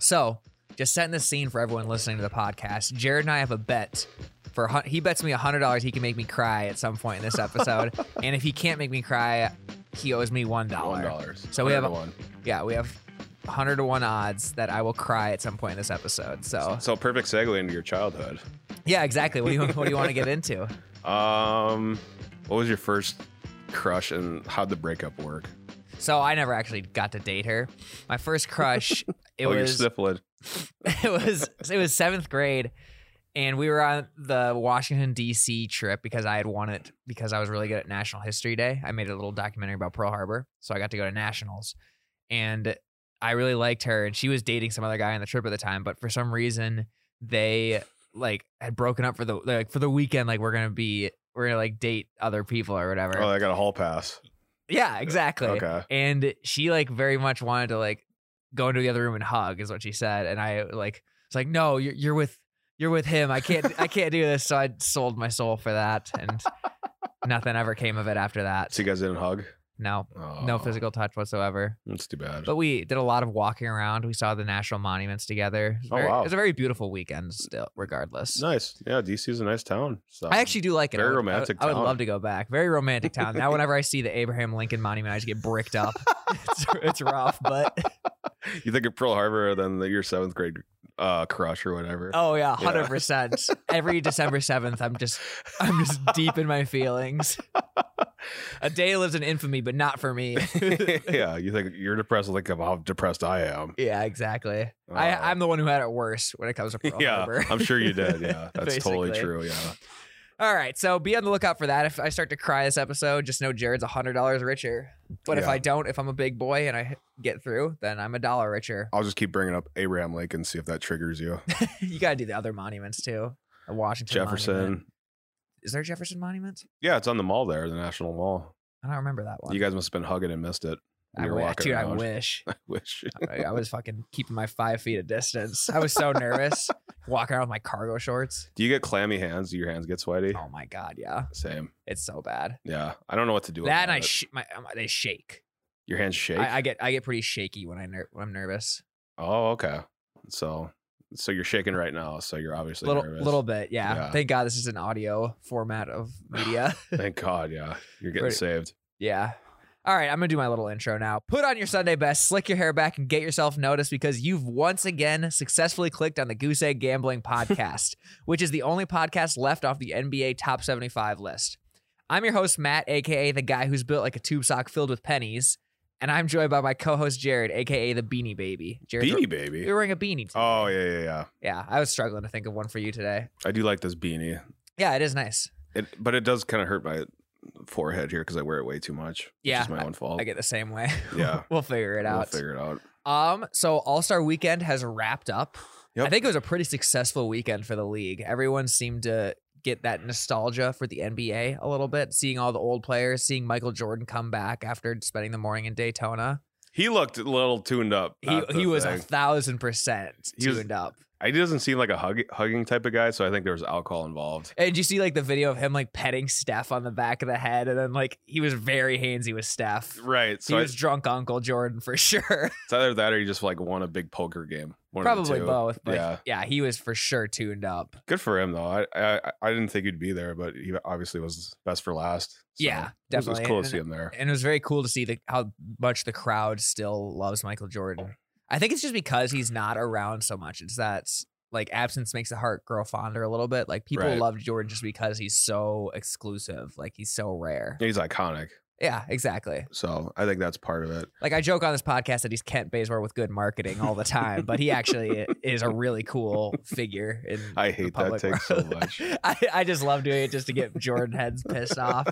So, just setting the scene for everyone listening to the podcast. Jared and I have a bet. For a hun- he bets me hundred dollars he can make me cry at some point in this episode, and if he can't make me cry, he owes me One one dollar. dollars. So we have a- one. Yeah, we have hundred to one odds that I will cry at some point in this episode. So So perfect segue into your childhood. yeah, exactly. What do you what do you want to get into? Um, what was your first crush and how'd the breakup work? So I never actually got to date her. My first crush, it oh, you're was syphilid. it was it was seventh grade and we were on the washington d.c trip because i had won it because i was really good at national history day i made a little documentary about pearl harbor so i got to go to nationals and i really liked her and she was dating some other guy on the trip at the time but for some reason they like had broken up for the like for the weekend like we're gonna be we're gonna like date other people or whatever Oh, I got a hall pass. yeah exactly Okay. and she like very much wanted to like go into the other room and hug is what she said and i like it's like no you're, you're with you're with him i can't i can't do this so i sold my soul for that and nothing ever came of it after that So you guys didn't hug? no Oh, no physical touch whatsoever That's too bad. but we did a lot of walking around we saw the national monuments together it was, Oh, very- wow. it was a very beautiful weekend still regardless nice. Yeah, DC's a nice town. So I actually do like it. I would- I would- Very romantic I would, town. love to go back. Very romantic town. now, whenever I see the Abraham Lincoln Monument, I just get bricked up. it's, it's rough, but you think of Pearl Harbor than the, your seventh grade uh, crush or whatever. Oh yeah, Yeah. hundred percent. Every December seventh, I'm just I'm just deep in my feelings. A day lives in infamy, but not for me. yeah, you think you're depressed. Think of how depressed I am. yeah, exactly. Oh. I, I'm the one who had it worse when it comes to Pearl yeah, Harbor. I'm sure you did. Yeah, that's totally Basically. true. Yeah. All right, so be on the lookout for that. If I start to cry this episode, just know Jared's hundred dollars richer. But if Yeah. I don't, if I'm a big boy and I get through, then I'm a dollar richer. I'll just keep bringing up Abraham Lincoln, see if that triggers you. you gotta do the other monuments too. The Washington Jefferson. Monument. Is there a Jefferson Monument? Yeah, it's on the mall there, the National Mall. I don't remember that one. You guys must have been hugging and missed it. I you were wi- walking dude, I around. wish. Wish. I, I was fucking keeping my five feet of distance. I was so nervous walking around with my cargo shorts. Do you get clammy hands? Do your hands get sweaty? Oh my god, yeah, Same. it's so bad. Yeah. I don't know what to do. that and about I, it. sh- my, um, they shake. your hands shake. I, I get I get pretty shaky when I ner- when I'm nervous. oh, okay. So, so you're shaking right now. So you're obviously little nervous. little bit, yeah. Yeah. Thank God this is an audio format of media. Thank God. Yeah, you're getting Right. saved. yeah. All right, I'm gonna do my little intro now. Put on your Sunday best, slick your hair back, and get yourself noticed because you've once again successfully clicked on the Goose Egg Gambling Podcast, which is the only podcast left off the NBA Top 75 list. I'm your host, Matt, aka the guy who's built like a tube sock filled with pennies, and I'm joined by my co-host Jared, aka the Beanie Baby. Jared, Beanie you're baby. wearing a beanie. Today. Oh yeah, yeah, yeah. yeah. I was struggling to think of one for you today. I do like this beanie. Yeah, it is nice. It, but it does kind of hurt my forehead here because I wear it way too much. Yeah, which is my own fault. I get the same way. Oh. yeah, we'll figure it we'll out. figure it out. Um, so All Star Weekend has wrapped up. Yep. I think it was a pretty successful weekend for the league. Everyone seemed to get that nostalgia for the NBA a little bit, seeing all the old players, seeing Michael Jordan come back after spending the morning in Daytona. He looked a little tuned up. He he was a thousand percent He was- tuned up. He doesn't seem like a hug, hugging type of guy, so I think there was alcohol involved. And did you see like the video of him like petting Steph on the back of the head, and then like he was very handsy with Steph. Right. he So was it's drunk Uncle Jordan for sure. either that or he just like won a big poker game. One of the Probably two. both. But yeah. Yeah. he was for sure tuned up. Good for him though. I, I I didn't think he'd be there, but he obviously was best for last. So yeah, it was- definitely. It was cool And- to see him there. and it was very cool to see the, how much the crowd still loves Michael Jordan. I think it's just because he's not around so much. It's that like absence makes the heart grow fonder a little bit. Like people Right. love Jordan just because he's so exclusive. Like he's so rare. He's iconic, Yeah, exactly. so I think that's part of it. Like I joke on this podcast that he's Kent Bazemore with good marketing all the time, but he actually is a really cool figure. In I the hate that public take so world. much. I, I just love doing it just to get Jordan heads pissed off.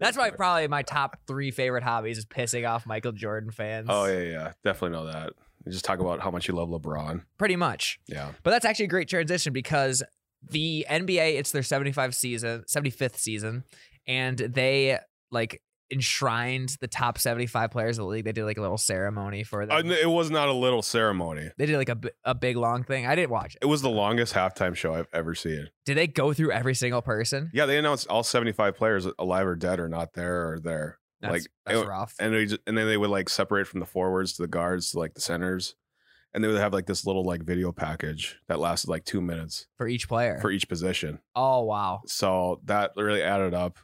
That's why probably my top three favorite hobbies is pissing off Michael Jordan fans. Oh yeah, yeah, definitely know that. You just talk about how much you love LeBron. Pretty much. Yeah, But that's actually a great transition because the NBA, it's their 75 season, 75th season, and they like enshrined the top 75 players of the league. They did like a little ceremony for Uh, them. it was not a little ceremony. They did like a, bi- a big long thing. I didn't watch it. It was the longest halftime show I've ever seen. Did they go through every single person? Yeah, they announced all 75 players alive or dead or not there or there. That's, Like, that's it- rough. And they just, and then they would like separate from the forwards to the guards to like the centers. and they would have like this little like video package that lasted like two minutes for each player. for each position. oh wow. So that really added up. So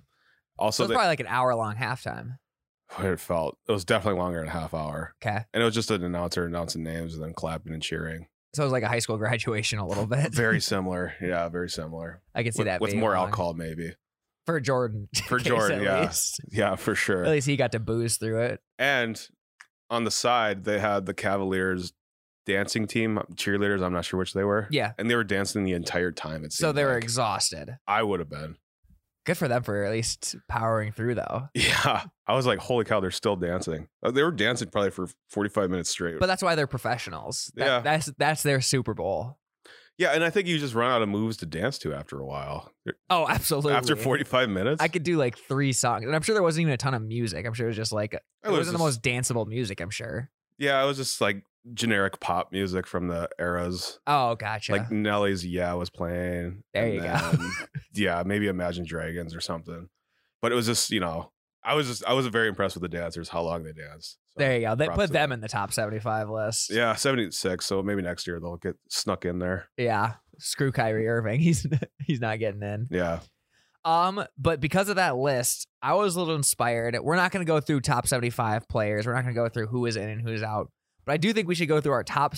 Also, it's they, probably like an hour long halftime. it felt it was definitely longer than a half hour, Okay. and it was just an announcer announcing names and then clapping and cheering. So it was like a high school graduation a little bit. Very similar, yeah, very similar. I can see With, that with being more long. alcohol, maybe. for Jordan. For case Jordan, at yeah. least. Yeah, for sure. At least he got to booze through it. And on the side, they had the Cavaliers dancing team, cheerleaders. I'm not sure which they were. Yeah. And they were dancing the entire time. It So seemed they were like. exhausted. I would have been. Good for them for at least powering through though. Yeah. I was like, holy cow, they're still dancing. Uh, They were dancing probably for 45 minutes straight. But that's why they're professionals. That- Yeah. That's that's their Super Bowl. yeah. And I think you just run out of moves to dance to after a while. Oh, absolutely. After 45 minutes, I could do like three songs, and I'm sure there wasn't even a ton of music. I'm sure it was just like it I wasn't was the just- most danceable music. I'm sure. Yeah. It was just like generic pop music from the eras. Oh, gotcha. Like Nelly's Yeah was playing. There and you go. yeah, maybe Imagine Dragons or something. But it was just, you know, I was just I was very impressed with the dancers, how long they danced. So, there you go. They props put to them in the top 75 list. Yeah, 76. So maybe next year they'll get snuck in there. Yeah. Screw Kyrie Irving. He's he's not getting in. Yeah. Um, but because of that list, I was a little inspired. We're not going to go through top 75 players. We're not going to go through who is in and who's out. But I do think we should go through our top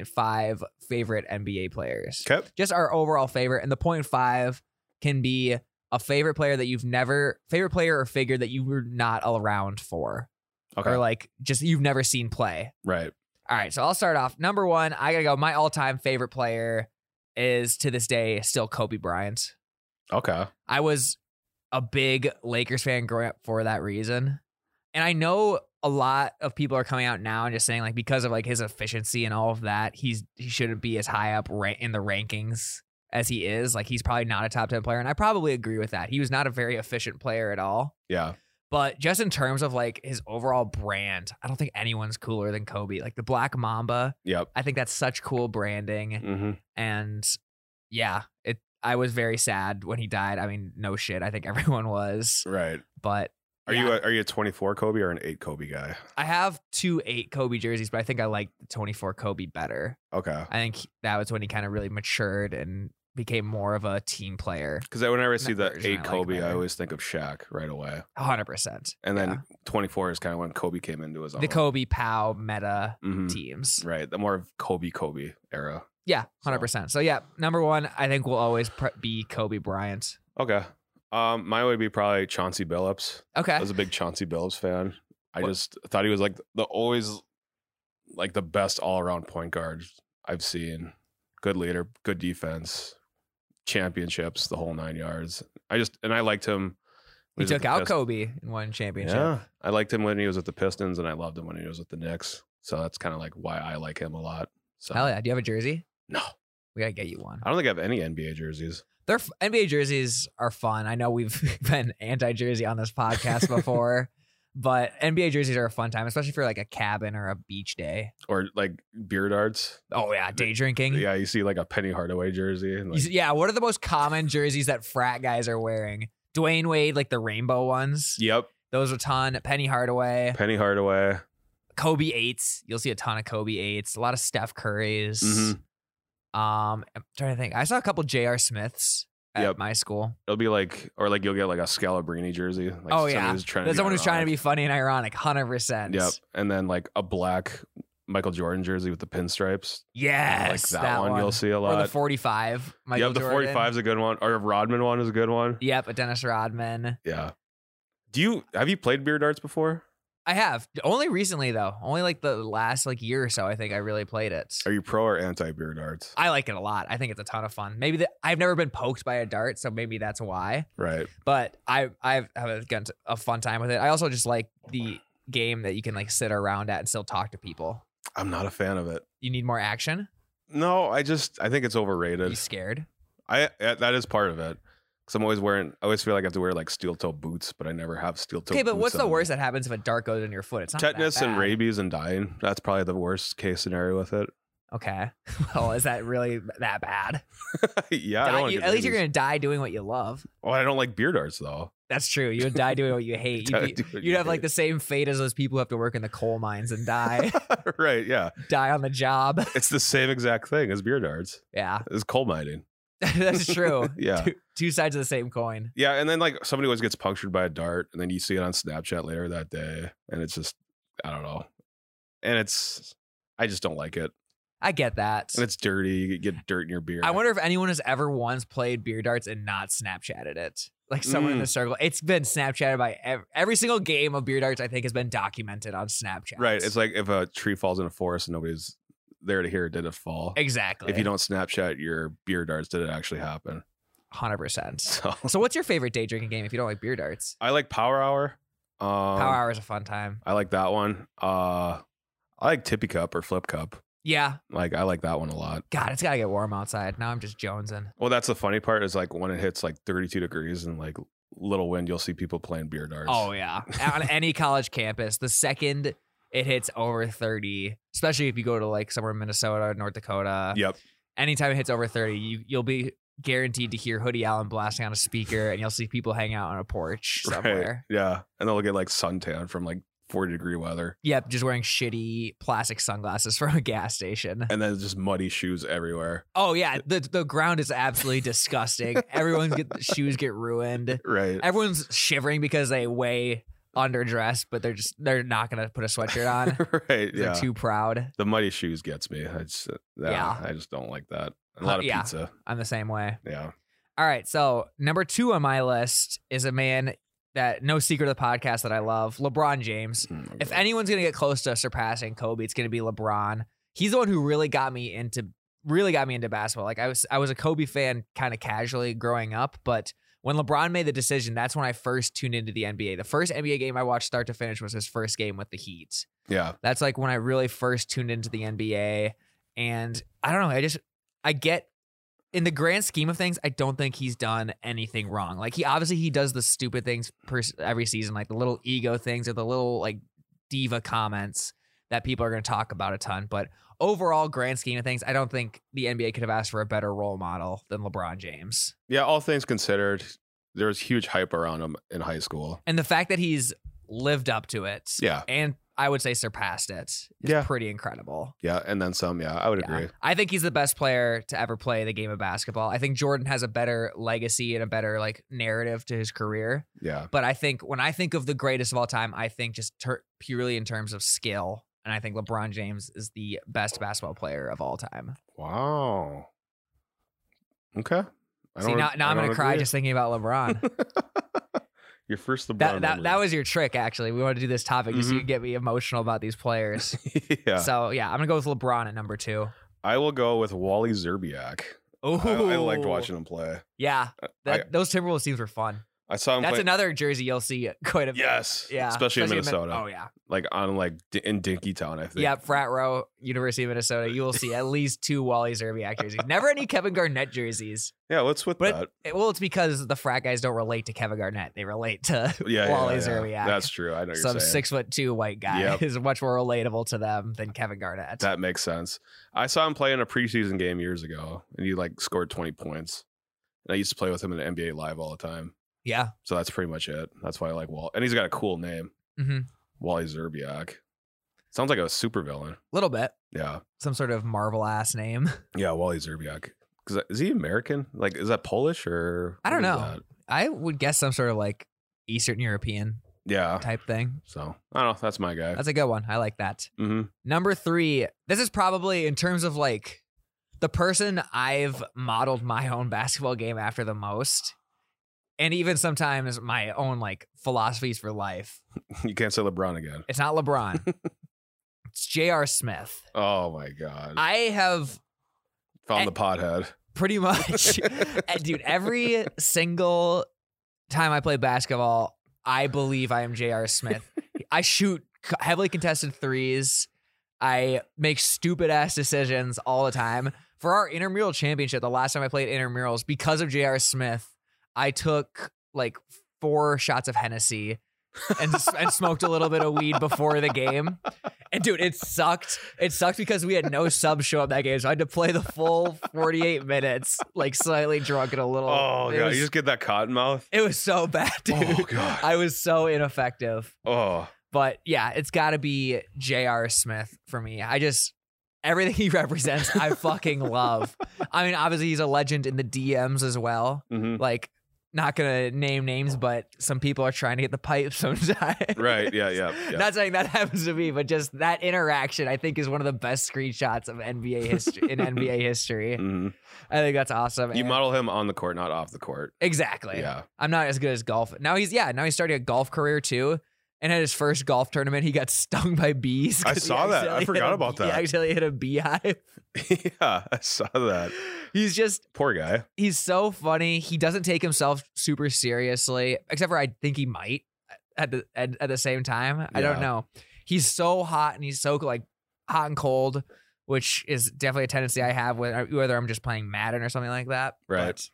7.5 favorite NBA players. Okay. Just our overall favorite. And the point five can be a favorite player that you've never, favorite player or figure that you were not around for, Okay. or like just you've never seen play. right. All right. So I'll start off. Number one, I got to go. My all time favorite player is to this day still Kobe Bryant. Okay. I was a big Lakers fan growing up for that reason. And I know a lot of people are coming out now and just saying like because of like his efficiency and all of that, he's he shouldn't be as high up ra- in the rankings as he is. Like he's probably not a top 10 player and I probably agree with that. He was not a very efficient player at all. Yeah. But just in terms of like his overall brand, I don't think anyone's cooler than Kobe. Like the Black Mamba, Yep. I think that's such cool branding hmm and yeah, it. I was very sad when he died. I mean, no shit. I think everyone was, Right. but Are you Yeah. a, are you a 24 Kobe or an 8 Kobe guy? I have two eight Kobe jerseys, but I think I like the 24 Kobe better. Okay. I think that was when he kind of really matured and became more of a team player. Because whenever I see That the version I 8 like Kobe, I better. always think of Shaq right away. 100%. And then Yeah. 24 is kind of when Kobe came into his own. The Kobe Pow meta Mhm. teams. Right. The more of Kobe Kobe era. Yeah, 100%. So yeah, number 1 I think will always pre- be Kobe Bryant. Okay. Um, mine would be probably Chauncey Billups. I Okay. was a big Chauncey Billups fan. I What- just thought he was like the always like the best all around point guard I've seen. Good leader, good defense, championships, the whole nine yards. I just and I liked him. He when was at took the out Pist- Kobe and won championship. Yeah, I liked him when he was with the Pistons, and I loved him when he was with the Knicks. So that's kind of like why I like him a lot. So Hell yeah. Do you have a jersey? no, We got to get you one. I don't think I have any NBA jerseys. Their f- NBA jerseys are fun. I know we've been anti jersey on this podcast before, but NBA jerseys are a fun time, especially for like a cabin or a beach day. Or like beard arts. Oh yeah, day drinking. Yeah, you see like a Penny Hardaway jersey. And You like, s- yeah. What are the most common jerseys that frat guys are wearing? Dwayne Wade, like the rainbow ones. yep, Those are a ton. Penny Hardaway, Penny Hardaway. Kobe eights. You'll see a ton of Kobe eights. A lot of Steph Currys. Mhm. Um, I'm trying to think. I saw a couple J.R. Smiths at Yep. my school. It'll be like, or like you'll get like a Scalabrini jersey. Like Oh, somebody yeah. who's trying There's to be someone who's trying to be ironic. funny and ironic. Hundred percent. Yep, and then like a black Michael Jordan jersey with the pinstripes. Yes, like that, one, you'll see a Or lot. the 45. Michael yep, the Jordan. 45 is a good one. Or a Rodman one is a good one. Yep, a Dennis Rodman. Yeah. Do you have you played beard arts before? I have only recently though. Only like the last like year or so. I think I really played it. Are you pro or anti beard arts? I like it a lot. I think it's a ton of fun. Maybe the, I've never been poked by a dart, so maybe that's why. Right. But I I've had a fun time with it. I also just like the game that you can like sit around at and still talk to people. I'm not a fan of it. You need more action. No, I just I think it's You overrated. scared? I I- that is part of it. Cause I'm always wearing. I always feel like I have to wear like steel toe boots, but I never have steel toe. Okay, but boots what's the on me. worst that happens if a dart goes in your foot? It's not that Tetanus and bad. rabies and dying. That's probably the worst case scenario with it. Okay. Well, is that really that bad? yeah, I Die- don't wanna you- get at least you're rabies. gonna die doing what you love. Well, I don't like beard arts though. That's true. You would die doing what you hate. Die You'd, be- doing what you'd you have like hate. the same fate as those people who have to work in the coal mines and die, right. Yeah. die on the job. It's the same exact thing as beer darts, Yeah, as coal mining. that's true. Yeah. Two, two sides of the same coin. Yeah. And then like somebody always gets punctured by a dart, and then you see it on Snapchat later that day. And it's just, I don't know. And it's, I just don't like it. I get that. And it's dirty. You get dirt in your beer. I wonder if anyone has ever once played beer darts and not Snapchatted it. Like someone in Mm. the circle, it's been Snapchatted by every, every single game of beer darts. I think has been documented on Snapchat. Right. It's like if a tree falls in a forest and nobody's there to hear it, did it fall? exactly. If you don't Snapchat your beer darts, did it actually happen? hundred percent. So So, what's your favorite day drinking game? If you don't like beer darts, I like Power Hour. Um, Power Hour is a fun time. I like that one. Uh, I like Tippy Cup or Flip Cup. Yeah, Like I like that one a lot. God, it's gotta get warm outside. Now I'm just jonesing. Well, that's the funny part is like when it hits like 32 degrees and like little wind, you'll see people playing beer darts. Oh yeah, on any college campus, the second it hits over thirty, especially if you go to like somewhere in Minnesota, North Dakota, Yep. anytime it hits over 30, you, you'll be guaranteed to hear Hoodie Allen blasting on a speaker and you'll see people hang out on a porch somewhere. Right. Yeah. And they'll get like suntan from like 40 degree weather. Yep, just wearing shitty plastic sunglasses from a gas station. And then just muddy shoes everywhere. Oh yeah, the the ground is absolutely disgusting. Everyone's get, shoes get ruined. Right. Everyone's shivering because they weigh underdressed, but they're just they're not gonna put a sweatshirt on. right. They're Yeah. too proud. the muddy shoes gets me. I just, uh, yeah, Yeah. I just don't like that. A Huh, lot of yeah. pizza. I'm the same way. Yeah. All right, so number two on my list is a man that no secret of the podcast that I love, LeBron James. Mm, If okay. anyone's gonna get close to surpassing Kobe, it's gonna be LeBron. He's the one who really got me into really got me into basketball. Like I was I was a Kobe fan kind of casually growing up, but when LeBron made the decision, that's when I first tuned into the NBA. The first NBA game I watched start to finish was his first game with the Heat. yeah. That's like when I really first tuned into the NBA. And I don't know, I just I get in the grand scheme of things, I don't think he's done anything wrong. Like he obviously he does the stupid things per, every season, like the little ego things or the little like diva comments that people are going to talk about a ton. But overall, grand scheme of things, I don't think the NBA could have asked for a better role model than LeBron James. Yeah. All things considered, there was huge hype around him in high school. And the fact that he's lived up to it, Yeah. and I would say surpassed it, is Yeah. pretty incredible. Yeah. And then some. Yeah. I would Yeah. agree. I think he's the best player to ever play the game of basketball. I think Jordan has a better legacy and a better like narrative to his career. Yeah. But I think when I think of the greatest of all time, I think just ter- purely in terms of skill, and I think LeBron James is the best basketball player of all time. Wow. Okay. I See, now, now I I'm gonna don't cry agree. just thinking about LeBron. Your first LeBron. that that, memory. that was your trick, actually. We want to do this topic just so you can get me emotional about these players. Mm-hmm. yeah. So yeah, I'm gonna go with LeBron at number two. I will go with Wally Zerbiak. Oh, I, I liked watching him play. Yeah, that, I- those Timberwolves teams were fun. I saw him That's play. another jersey you'll see quite a bit. yes. Yeah, Especially, in Min- Minnesota. oh yeah, Like on like D- in Dinkytown, I think. yeah. Frat row, University of Minnesota. You will see at least two Wally Zerbiak jerseys. Never any Kevin Garnett jerseys. Yeah. What's with But- that? Eh, Well, it's because the frat guys don't relate to Kevin Garnett. They relate to Yeah. yeah, Wally yeah. Zerbiak. That's true. I know what you're some saying. six foot two white guy Yep. is much more relatable to them than Kevin Garnett. That makes sense. I saw him play in a preseason game years ago, and he like scored 20 points. And I used to play with him in the NBA Live all the time. yeah. So that's pretty much it. That's why I like Wall. And he's got a cool name, Mm-hmm. Wally Zerbiak. Sounds like a supervillain. little bit. Yeah. Some sort of Marvel ass name. Yeah, Wally Zerbiak. 'Cause that- Is he American? Like, is that Polish or? I don't what is know. that? I would guess some sort of like Eastern European Yeah. type thing. So I don't know. That's my guy. That's a good one. I like that. hmm Number three, this is probably in terms of like the person I've modeled my own basketball game after the most. And even sometimes my own like philosophies for life. You can't say LeBron again. It's not LeBron. it's J.R. Smith. Oh my God. I have Found the pothead. pretty much, Uh, dude, every single time I play basketball, I believe I am J.R. Smith. I shoot c- heavily contested threes. I make stupid ass decisions all the time. For our intramural championship, the last time I played intramurals, because of J.R. Smith, I took like four shots of Hennessy and and smoked a little bit of weed before the game. And dude, it sucked. It sucked because we had no subs show up that game, so I had to play the full 48 minutes, like slightly drunk and a little. Oh it god, was, you just get that cotton mouth. it was so bad, dude. Oh god. I was so ineffective. Oh, But yeah, it's got to be J.R. Smith for me. I just everything he represents, I fucking love. I mean, obviously he's a legend in the DMs as well. mhm. Like, not gonna name names, but some people are trying to get the pipe sometimes. right. Yeah, yeah, yeah. Not saying that happens to me, but just that interaction, I think, is one of the best screenshots of NBA history in NBA history. Mhm. I think that's awesome. You And- model him on the court, not off the court. exactly. Yeah. I'm not as good as golf. Now he's yeah. Now he's starting a golf career too. And at his first golf tournament, he got stung by bees. 'cause I he saw that. I accidentally hit forgot a about bee- that. He actually hit a beehive. yeah, I saw that. He's just Poor guy. he's so funny. He doesn't take himself super seriously, except for I think he might at the at, at the same time. I don't Yeah. know. He's so hot and he's so like hot and cold, which is definitely a tendency I have when whether I'm just playing Madden or something like that. Right. But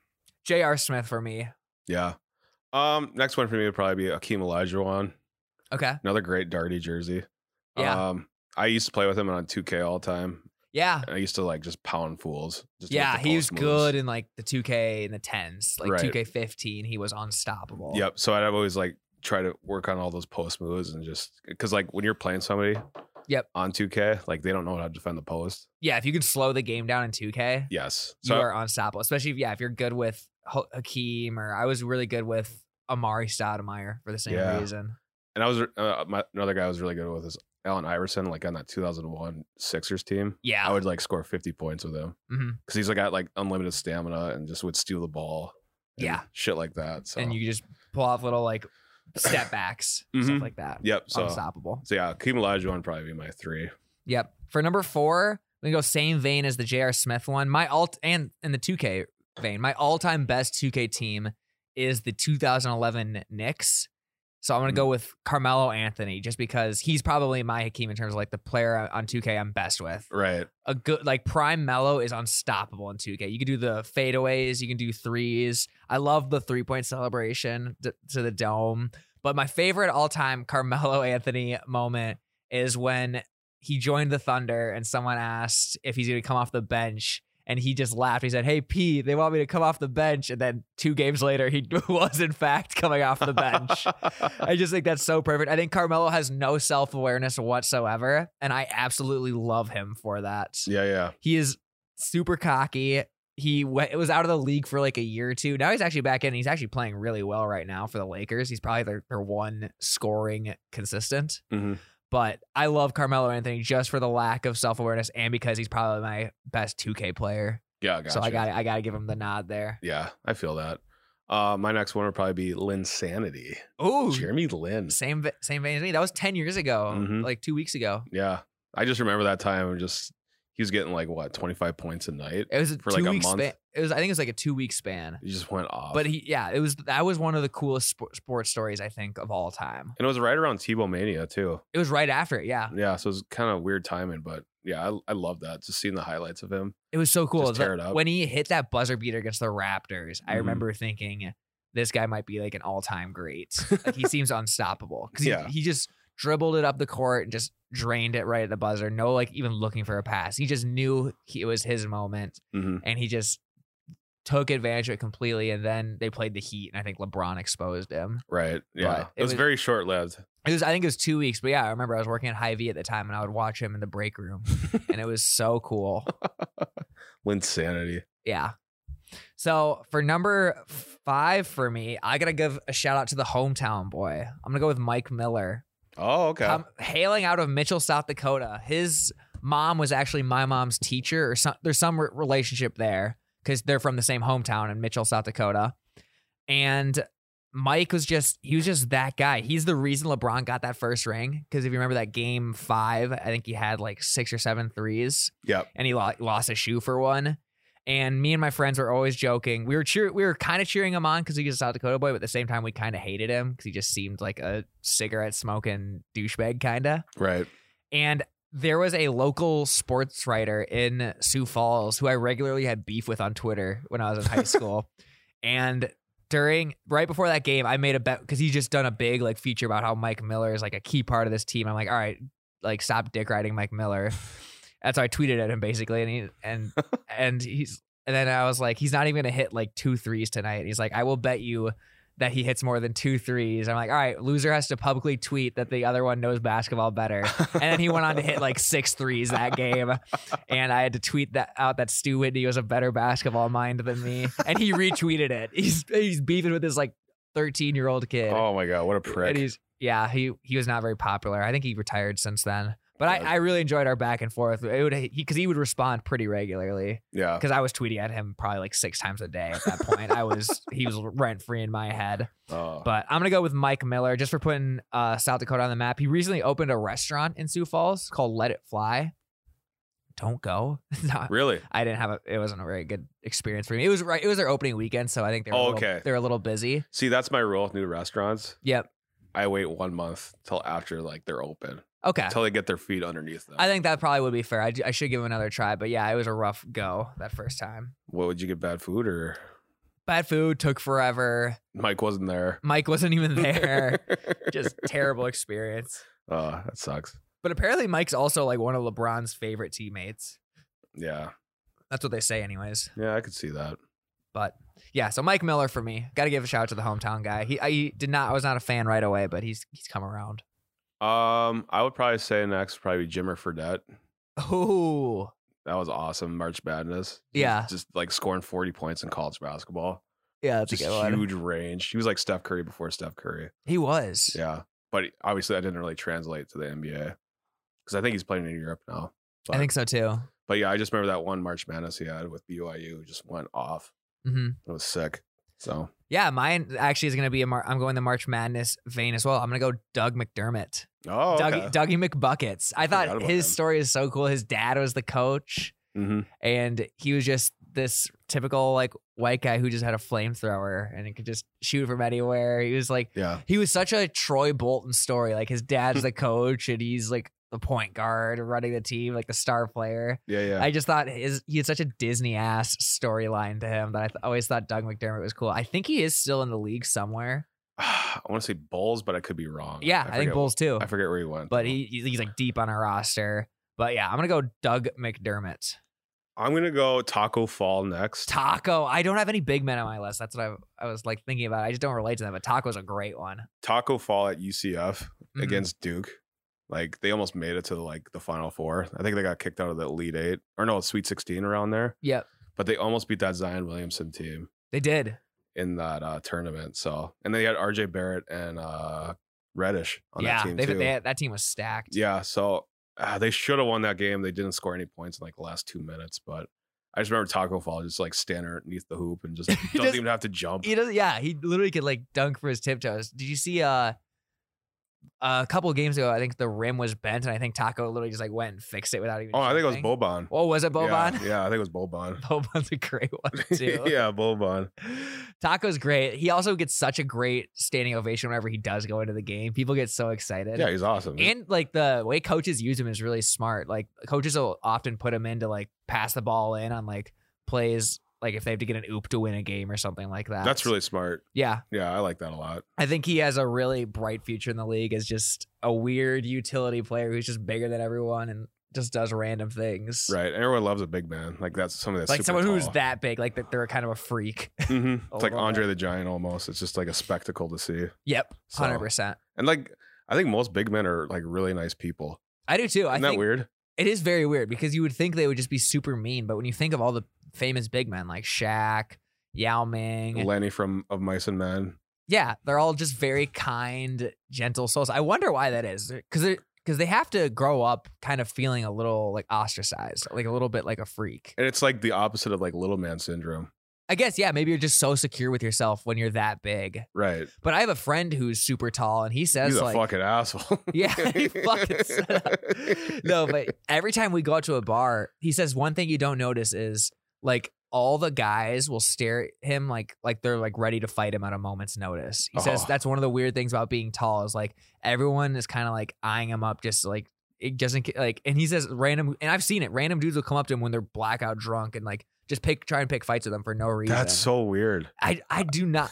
J.R. Smith for me. Yeah. Um, next one for me would probably be Akeem Olajuwon. Okay. Another great darty jersey. Yeah. Um, I used to play with him on 2K all the time. Yeah. And I used to like just pound fools. Just with Yeah, the he was post moves. good in like the 2K and the 10s, like Right. 2K15. He was unstoppable. Yep. So I'd always like try to work on all those post moves and just because like when you're playing somebody, Yep. on 2K, like they don't know how to defend the post. Yeah, if you can slow the game down in 2K, Yes. you So are unstoppable. Especially if, yeah, if you're good with Ho- Hakeem or I was really good with Amari Stoudemire for the same Yeah. reason. and I was uh, my, another guy I was really good with is Allen Iverson, like on that 2001 Sixers team. Yeah. I would like score 50 points with him because Mhm. he's like got like unlimited stamina and just would steal the ball. and Yeah. Shit like that. So, And you could just pull off little like step backs, stuff Mhm. like that. yep. So, Unstoppable. so yeah, Keem Olajuwon would probably be my three. Yep. For number four, we go same vein as the J.R. Smith one. My alt and in the 2K vein, my all-time best 2K team is the 2011 Knicks. So I'm gonna Hmm. go with Carmelo Anthony just because he's probably my Hakeem in terms of like the player on 2K I'm best with. Right. A good like prime Mello is unstoppable in 2K. You can do the fadeaways, you can do threes. I love the three-point celebration d- to the dome. But my favorite all-time Carmelo Anthony moment is when he joined the Thunder and someone asked if he's going to come off the bench. And he just laughed. He said, Hey, P, they want me to come off the bench. And then two games later, he was, in fact, coming off the bench. I just think that's so perfect. I think Carmelo has no self awareness whatsoever. And I absolutely love him for that. yeah. Yeah. He is super cocky. He went, it was out of the league for like a year or two. Now he's actually back in. and He's actually playing really well right now for the Lakers. He's probably their, their one scoring consistent hmm but I love Carmelo Anthony just for the lack of self awareness and because he's probably my best 2K player. Yeah. Gotcha. So I got I got to give him the nod there. Yeah. I feel that. Uh, my next one would probably be Lynn Sanity. Ooh, Jeremy Lynn. same ve- same vein as me. That was ten years ago, Mhm. like two weeks ago. Yeah. I just remember that time and just he was getting like what 25 points a night. It was a For two like a week month? span. It was I think it was like a two week span. He just went off. But he yeah, it was that was one of the coolest sp- sports stories I think of all time. and it was right around Tebow Mania too. It was right after it. Yeah, Yeah, so it was kind of weird timing, but yeah, I, I love that. Just seeing the highlights of him. it was so cool. Just tear The- it up. When he hit that buzzer beater against the Raptors, I Mhm. remember thinking this guy might be like an all time great. Like he seems unstoppable because Yeah. he, he just dribbled it up the court and just drained it right at the buzzer. No, like even looking for a pass. He just knew he, it was his moment, Mhm. and he just took advantage of it completely. And then they played the Heat, and I think LeBron exposed him. Right. Yeah. But It, it was, was- very short lived. It was, I think, it was two weeks, but yeah, I remember I was working at High V at the time, and I would watch him in the break room, and it was so cool. Insanity. Yeah. So for number five for me, I gotta give a shout out to the hometown boy. I'm gonna go with Mike Miller. Oh, okay. Come- hailing out of Mitchell, South Dakota. His mom was actually my mom's teacher, or some, there's some re- relationship there because they're from the same hometown in Mitchell, South Dakota. And Mike was just he was just that guy. He's the reason LeBron got that first ring because if you remember that game five, I think he had like six or seven threes yep. and he lo- lost a shoe for one. And me and my friends were always joking. We were cheer- we were kind of cheering him on because he was a South Dakota boy, but at the same time we kind of hated him because he just seemed like a cigarette smoking douchebag kind of. Right. And there was a local sports writer in Sioux Falls who I regularly had beef with on Twitter when I was in high school. And during right before that game, I made a bet because he just done a big like feature about how Mike Miller is like a key part of this team. I'm like, all right, like stop dick riding Mike Miller. That's how I tweeted at him basically, and he and and he's and then I was like, he's not even gonna hit like two threes tonight. He's like, I will bet you that he hits more than two threes. I'm like, all right, loser has to publicly tweet that the other one knows basketball better. And then he went on to hit like six threes that game. And I had to tweet that out that Stu Whitney was a better basketball mind than me. And he retweeted it. He's he's beefing with this like 13 year old kid. Oh my god, what a prick! And he's yeah, he he was not very popular. I think he retired since then. But I, Yeah. I really enjoyed our back and forth. It would because he would respond pretty regularly yeah, because I was tweeting at him probably like six times a day at that point. I was he was rent free in my head. uh, But I'm gonna go with Mike Miller just for putting uh, South Dakota on the map. He recently opened a restaurant in Sioux Falls called Let It Fly. Don't go. No, really. I didn't have a. It wasn't a very good experience for me. It was right. It was their opening weekend, so I think they're Oh, a little, okay. They're a little busy. See, that's my rule with new restaurants. Yep. I wait one month till after like they're open Okay. until they get their feet underneath them. I think that probably would be fair. I, I should give him another try, but yeah, it was a rough go that first time. what would you get? Bad food or Bad food took forever. Mike wasn't there? Mike wasn't even there. Just terrible experience. uh, that sucks. But apparently, Mike's also like one of LeBron's favorite teammates. Yeah, That's what they say, anyways. yeah, I could see that. But yeah, so Mike Miller for me. Got to give a shout out to the hometown guy. He I he did not I was not a fan right away, but he's he's come around. Um, I would probably say next would probably be Jimmer Fredette. Oh, That was awesome. March Madness. He was Yeah. just like scoring forty points in college basketball. yeah, that's just a good one. huge range. He was like Steph Curry before Steph Curry. He was. Yeah, but obviously that didn't really translate to the NBA because I think he's playing in Europe now. I think so too. But yeah, I just remember that one March Madness he had with BYU just went off. hmm It was sick. So Yeah, mine actually is going to be a Mar- I'm going the March Madness vein as well. I'm going to go Doug McDermott, oh, Dougie, Dougie McBuckets. I Forgot thought about his him. story is so cool. His dad was the coach, hmm and he was just this typical like white guy who just had a flamethrower and he could just shoot from anywhere. He was like yeah, He was such a Troy Bolton story. Like his dad's the coach and he's like the point guard running the team, like the star player. yeah, yeah. I just thought his he had such a Disney ass storyline to him that I th- always thought Doug McDermott was cool. I think he is still in the league somewhere. I, want to say Bulls, but I could be wrong. Yeah, I, think forget- Bulls too. I forget where he went, but he he's he's, like deep on our roster. But yeah, I'm gonna go Doug McDermott. I'm gonna go Taco Fall next. Taco. I don't have any big men on my list. That's what I, I was like thinking about. I just don't relate to them. But Taco's a great one. Mm-hmm. Taco Fall at UCF Mhm. against Duke. Like they almost made it to like the Final Four. I think they got kicked out of the Elite Eight or no Sweet Sixteen around there. Yep, But they almost beat that Zion Williamson team. they did. in that uh, tournament. So, and they had RJ Barrett and uh, Reddish on yeah, that team they, too. they that team was stacked. yeah, so uh, they should have won that game. They didn't score any points in like the last two minutes, but I just remember Taco Fall just like standing underneath the hoop and just doesn't Just- even have to jump. he does yeah he literally could like dunk for his tiptoes did you see uh a couple games ago i think the rim was bent and i think taco literally just like went and fixed it without even Oh, I think it was jumping. Boban. oh was it boban Yeah, yeah, I think it was Boban. boban's a great one too yeah, Boban. taco's great he also gets such a great standing ovation whenever he does go into the game people get so excited Yeah, he's awesome. and like the way coaches use him is really smart. Like coaches will often put him in to like pass the ball in on like plays, like if they have to get an oop to win a game or something like that. That's really smart. yeah. Yeah, I like that a lot. I think he has a really bright future in the league as just a weird utility player who's just bigger than everyone and just does random things. Right. Everyone loves a big man. Like that's something that's Like someone who's that big, like that they're kind of a freak. hmm It's like Overall. Andre the Giant almost. It's just like a spectacle to see. Yep, So- hundred percent. And like, I think most big men are like really nice people. I do too. I Isn't think that weird? it is very weird because you would think they would just be super mean, but when you think of all the famous big men like Shaq, Yao Ming, Lenny from of Mice and Men. yeah, they're all just very kind, gentle souls. I wonder why that is because because they have to grow up kind of feeling a little like ostracized, like a little bit like a freak. And it's like the opposite of like little man syndrome. I guess, yeah, maybe you're just so secure with yourself when you're that big. Right. But I have a friend who's super tall and he says, He's a like, fucking asshole. yeah, he fucking sucks. No, but every time we go out to a bar, he says, one thing you don't notice is like, all the guys will stare at him like like they're like ready to fight him at a moment's notice. He says Oh. that's one of the weird things about being tall is like everyone is kind of like eyeing him up just like it doesn't ca- like and he says random and I've seen it random dudes will come up to him when they're blackout drunk and like just pick try and pick fights with them for no reason. That's so weird. I I do not.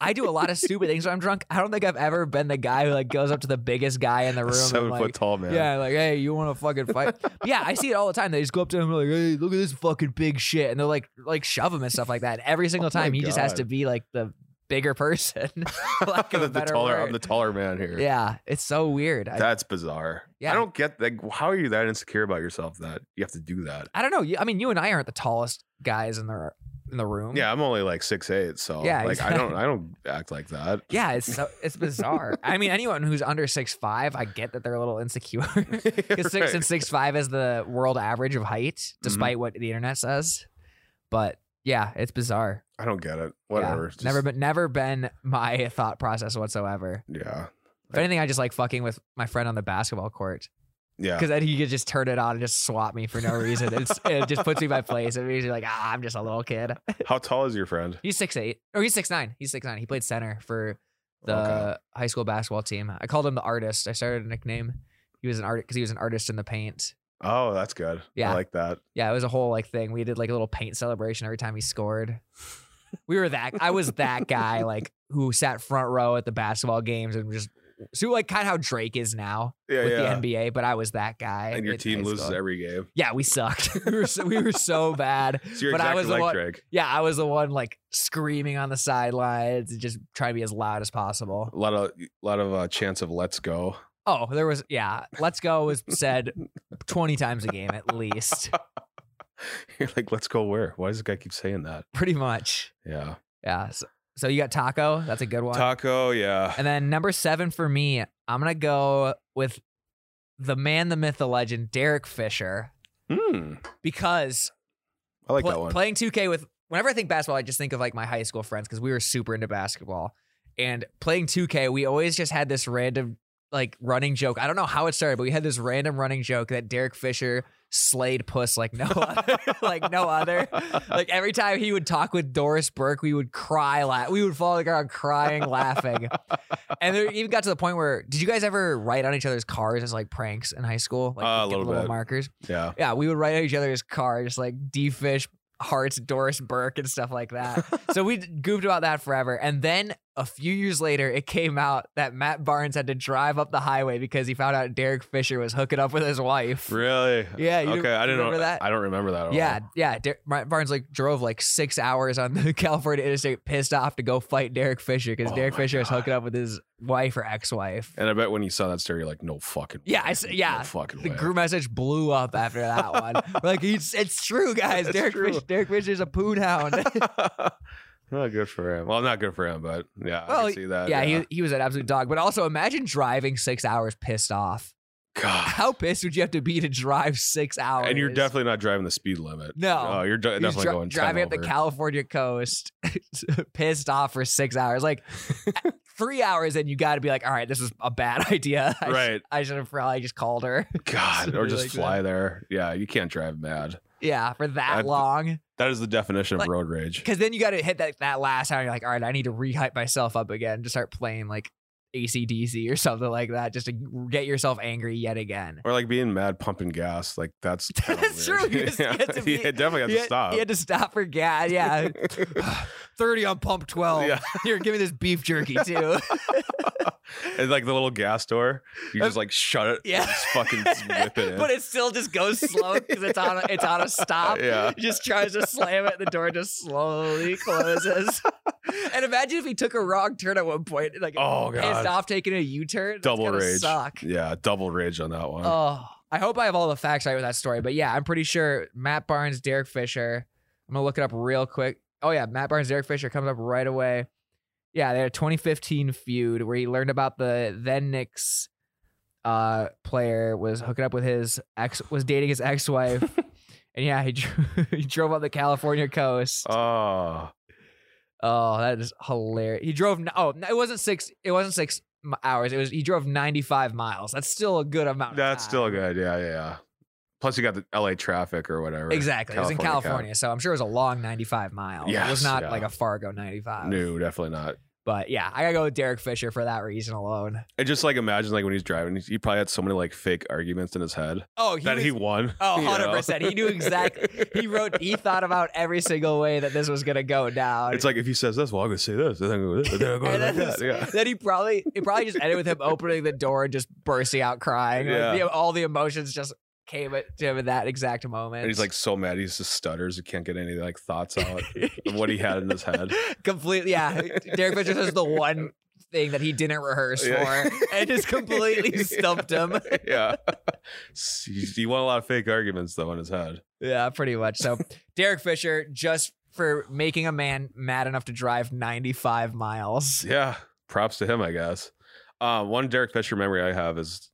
I do a lot of stupid things when I'm drunk. I don't think I've ever been the guy who like goes up to the biggest guy in the room. and, Seven like, foot tall man. Yeah, like, hey, you want to fucking fight? yeah, I see it all the time. They just go up to him like, hey, look at this fucking big shit, and they're like, like shove him and stuff like that. And every single Oh my time, he just has God. to be like the bigger person. Lack of a the, the better taller, word. I'm the taller man here. yeah, it's so weird. I, That's bizarre. Yeah. I don't get that. How are you that insecure about yourself that you have to do that? I don't know. You- I mean, you and I aren't the tallest guys in the in the room. Yeah, I'm only like six eight, so Mm-hmm. Yeah, like I don't I don't act like that. Yeah, it's so, it's bizarre. I mean, anyone who's under six five, I get that they're a little insecure. Because six Right. Mm-hmm. and six five is the world average of height, despite what the internet says. But yeah, it's bizarre. I don't get it. Yeah. Whatever. Just- never been never been my thought process whatsoever. Yeah. If anything, I just like fucking with my friend on the basketball court Yeah. because then he could just turn it on and just swap me for no reason. It's, it just puts me in my place. It means you're like, ah, I'm just a little kid. How tall is your friend? He's six eight or he's six nine. He's six nine. He played center for the Okay. high school basketball team. I called him the artist. I started a nickname. He was an art because he was an artist in the paint. Oh, that's good. Yeah. I like that. Yeah, it was a whole like thing. We did like a little paint celebration every time he scored. We were that I was that guy like who sat front row at the basketball games and just so like kind of how Drake is now Yeah, with yeah. the NBA, but I was that guy. and your in team high loses school. every game. Yeah, we sucked. we, were so, we were so bad. So you're But I exactly was the like one- Drake. Yeah, I was the one like screaming on the sidelines and just trying to be as loud as possible. A lot of lot of uh, chance of let's go. Oh, there was yeah. Let's go was said twenty times a game at least, You're like, let's go where? Why does this guy keep saying that? pretty much. Yeah. Yeah. So, so you got taco. That's a good one. Taco, yeah. And then number seven for me, I'm gonna go with the man, the myth, the legend, Derek Fisher, Hmm. because I like pl- that one. playing 2K with whenever I think basketball, I just think of like my high school friends because we were super into basketball. And playing 2K, we always just had this random like running joke. I don't know how it started, but we had this random running joke that Derek Fisher slayed puss like no other, like no other. Like every time he would talk with Doris Burke, we would cry, la- we would fall on the ground crying, laughing. And there even got to the point where did you guys ever write on each other's cars as like pranks in high school? Like Uh, a get little little bit. markers. yeah. Yeah, we would write on each other's cars like D Fish, Hearts, Doris Burke, and stuff like that. so we goofed about that forever. And then a few years later, it came out that Matt Barnes had to drive up the highway because he found out Derek Fisher was hooking up with his wife. Really? Yeah, you okay, I didn't remember know that? I don't remember that at all. Yeah, yeah. Der- Matt Barnes like drove like six hours on the California interstate, pissed off to go fight Derek Fisher because Oh Derek my Fisher was God. hooking up with his wife or ex-wife. And I bet when you saw that story, you're like, no fucking. Yeah, way. I s- yeah. No fucking The way. group message blew up after that one. We're like it's, it's true, guys. It's Derek true. Fisher, Derek Fisher's a poon hound. not good for him. Well, not good for him, but yeah, I Well, can see that. yeah, He, he was an absolute dog. But also, imagine driving six hours pissed off. God. How pissed would you have to be to drive six hours? And you're definitely not driving the speed limit. No. Oh, you're de- He was definitely dri- going 10 driving up the over. California coast, pissed off for six hours. Like three hours, and you got to be like, all right, this is a bad idea. I sh- Right. I should have probably just called her. God, Something or just like that. fly there. Yeah, you can't drive mad. Yeah, for that I'd- long. That is the definition of Like- road rage. Because then you got to hit that, that last hour. You're like, all right, I need to rehype myself up again to start playing like ACDC or something like that just to get yourself angry yet again. Or like being mad, pumping gas. Like that's kinda That's weird. true. You just- you yeah. had to be- you definitely have You to had- stop. You had to stop for gas. Yeah. 30 on pump 12. Yeah. Here, give me this beef jerky too. and like the little gas door, you just like shut it. Yeah. and Just fucking whip it in. but it still just goes slow because it's on a, it's on a stop. Yeah. He just tries to slam it. The door just slowly closes. and imagine if he took a wrong turn at one point, like Oh, pissed God. off taking a U turn. double rage. Suck. Yeah, double rage on that one. Oh, I hope I have all the facts right with that story. But yeah, I'm pretty sure Matt Barnes, Derek Fisher. I'm gonna look it up real quick. Oh yeah, Matt Barnes, Derek Fisher comes up right away. Yeah, they had a 2015 feud where he learned about the then Knicks uh, player was hooking up with his ex, was dating his ex-wife, and yeah, he, dro- he drove up the California coast. Oh, Oh, that is hilarious. He drove. n- Oh, it wasn't six. It wasn't six m- hours. It was he drove 95 miles. That's still a good amount. of that's time. still good. Yeah, yeah, yeah. Plus, you got the LA traffic or whatever. Exactly. it was in California California, so I'm sure it was a long 95 miles. it was Yes, not yeah. like a Fargo 95. No, definitely not. But yeah, I gotta go with Derek Fisher for that reason alone. I just like imagine like when he's driving, he- he probably had so many like fake arguments in his head Oh, he that was, he won. oh, you know? 100%. He knew exactly. He wrote, he thought about every single way that this was gonna go down. It's like if he says this, well, I'm gonna say this. Then I'm gonna, then I'm gonna And like then, that. Yeah. then he probably it probably just ended with him opening the door and just bursting out crying. Like, Yeah. the- all the emotions just came at to him at that exact moment. And he's like so mad, he just stutters. He can't get any like thoughts out of what he had in his head. completely yeah. Derek Fisher says the one thing that he didn't rehearse Yeah. for and just completely stumped him. yeah. He, he won a lot of fake arguments though in his head. Yeah, pretty much. So Derek Fisher just for making a man mad enough to drive 95 miles. Yeah. Props to him, I guess. Uh, one Derek Fisher memory I have is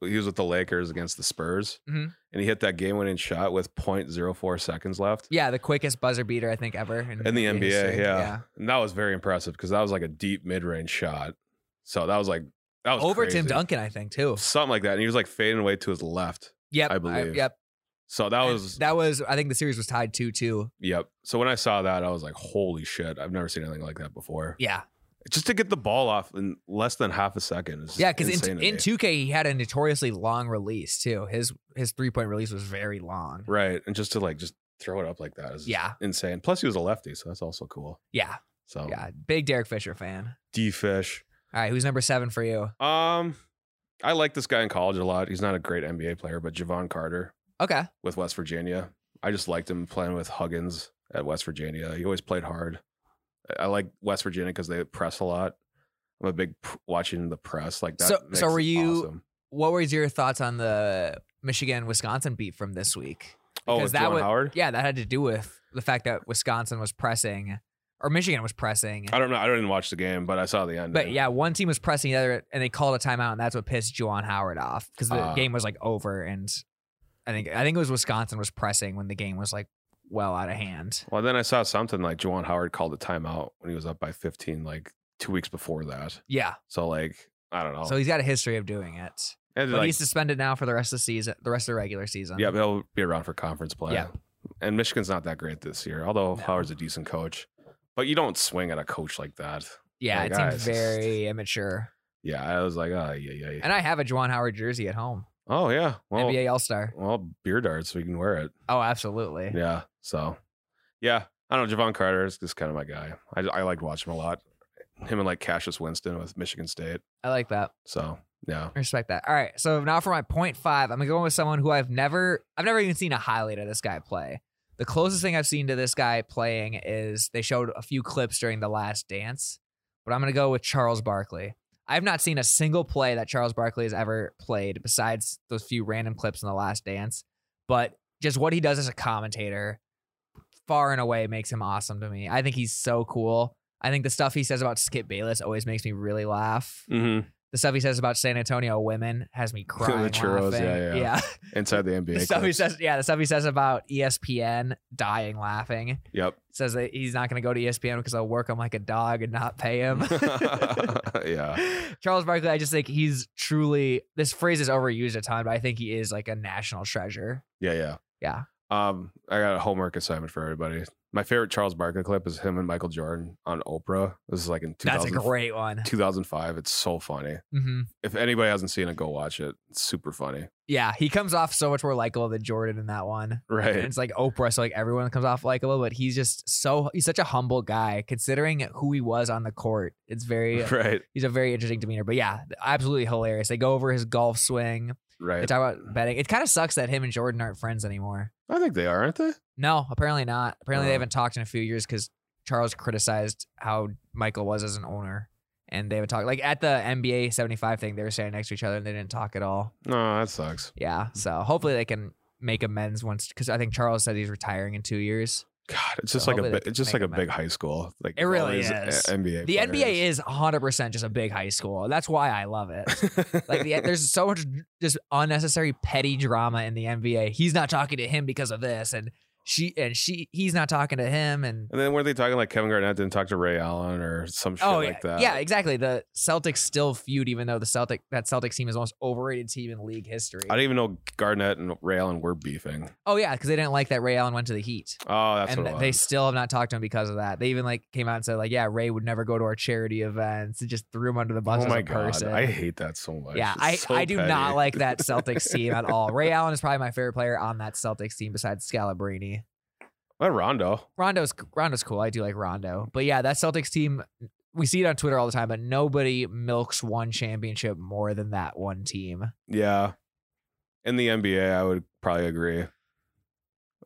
he was with the Lakers against the Spurs, Mhm. and he hit that game-winning shot with 0.04 seconds left. Yeah, the quickest buzzer beater I think ever in, In the NBA, history. yeah. And that was very impressive because that was like a deep mid-range shot. So that was like that was Over crazy. Tim Duncan, I think too. something like that. And he was like fading away to his left. Yep, I believe. yep, So that And was that was I think the series was tied two two. yep. So when I saw that, I was like, "Holy shit! I've never seen anything like that before." Yeah, Just to get the ball off in less than half a second. Is yeah, because insane in to me. in two K he had a notoriously long release too. His his three point release was very long. right, and just to like just throw it up like that is just Yeah. insane. Plus, he was a lefty, so that's also cool. Yeah, So yeah, big Derek Fisher fan. D fish. All right, who's number seven for you? Um, I like this guy in college a lot. He's not a great NBA player, but Javon Carter Okay, with West Virginia. I just liked him playing with Huggins at West Virginia. He always played hard. I- I like West Virginia because they press a lot. I'm a big p- watching the press like that. So- makes so were it you- Awesome. what were your thoughts on the Michigan Wisconsin beat from this week? Oh, because with that Juwan would- Howard. Yeah, that had to do with the fact that Wisconsin was pressing or Michigan was pressing. I don't know. I didn't watch the game, but I saw the end. But yeah, one team was pressing the other, and they called a timeout, and that's what pissed Juwan Howard off because the Ah. game was like over, and I think I think it was Wisconsin was pressing when the game was like well out of hand. Well, then I saw something like Juwan Howard called a timeout when he was up by 15, like two weeks before that. Yeah, So like I don't know. so he's got a history of doing it, and, but Oh. like, he's suspended now for the rest of the season, the rest of the regular season. yeah, but he'll be around for conference play. Yeah. And Michigan's not that great this year, although No. Howard's a decent coach. But you don't swing at a coach like that. yeah, Like, it seems Oh, guys, very immature. Yeah, I was like, oh, yeah, yeah, yeah. And I have a Juwan Howard jersey at home, Oh, yeah. Well, NBA All Star. well, beer darts, we can wear it. Oh, absolutely. Yeah. So, yeah, I don't know. Javon Carter is just kind of my guy. I, I liked watching him a lot. Him and like Cassius Winston with Michigan State. I like that. So, yeah. Respect that. All right. So now for my point five, I'm going with someone who I've never, I've never even seen a highlight of this guy play. The closest thing I've seen to this guy playing is they showed a few clips during the last dance, but I'm going to go with Charles Barkley. I've not seen a single play that Charles Barkley has ever played besides those few random clips in the last dance, but just what he does as a commentator far and away makes him awesome to me. I think he's so cool. I think the stuff he says about Skip Bayless always makes me really laugh Mm-hmm. the stuff he says about San Antonio women has me crying. churros, laughing. yeah, yeah. Inside the NBA. The stuff he clips. says, yeah, the stuff he says about E ESPN dying laughing. Yep. Says that he's not going to E go to ESPN because they'll work him like a dog and not pay him. yeah. Charles Barkley, I just think he's truly. This phrase is overused a ton, but I think he is like a national treasure. Yeah, yeah. Yeah. Um, I got a homework assignment for everybody. My favorite Charles Barkley clip is him and Michael Jordan on Oprah. This is like in That's a 2000 great one. 2005. It's so funny. hmm If anybody hasn't seen it, go watch it. It's super funny. Yeah, he comes off so much more likable than Jordan in that one. Right. And it's like Oprah, so like everyone comes off likable, but he's just so he's such a humble guy considering who he was on the court. It's very Right. he's a very interesting demeanor. But yeah, absolutely hilarious. They go over his golf swing. They Right. talk about betting. It kind of sucks that him and Jordan aren't friends anymore. I think they are, aren't they? No, apparently not. Apparently they Oh. haven't talked in a few years because Charles criticized how Michael was as an owner, and they haven't talked. Like at the NBA seventy five thing, they were standing next to each other and they didn't talk at all. No, that sucks. Yeah, so hopefully they can make amends once because I think Charles said he's retiring in two years. God, it's just So like a hopefully they big, can it's just make like a it big high school. Like It all really these, uh, is. NBA. The NBA is 100% just a big high school. That's why I love it. is Like the, there's so much just unnecessary petty drama in the NBA. He's not talking to him because of this and She and she he's not talking to him and And then weren't they talking like Kevin Garnett didn't talk to Ray Allen or some shit oh yeah, like that? yeah, exactly. The Celtics still feud even though the Celtic that Celtics team is the most overrated team in league history. I didn't even know Garnett and Ray Allen were beefing. Oh yeah, because they didn't like that Ray Allen went to the Heat. Oh, that's and what it th- they was. still have not talked to him because of that. They even like came out and said like, yeah, Ray would never go to our charity events. It just threw him under the bus oh as my a god, person. I hate that so much. yeah, It's I, so I do petty. not like that Celtics team at all. Ray Allen is probably my favorite player on that Celtics team besides Scalabrini. What Rondo? Rondo's Rondo's cool. I do like Rondo, but yeah, that Celtics team. We see it on Twitter all the time, but nobody milks one championship more than that one team. Yeah, in the NBA, I would probably agree.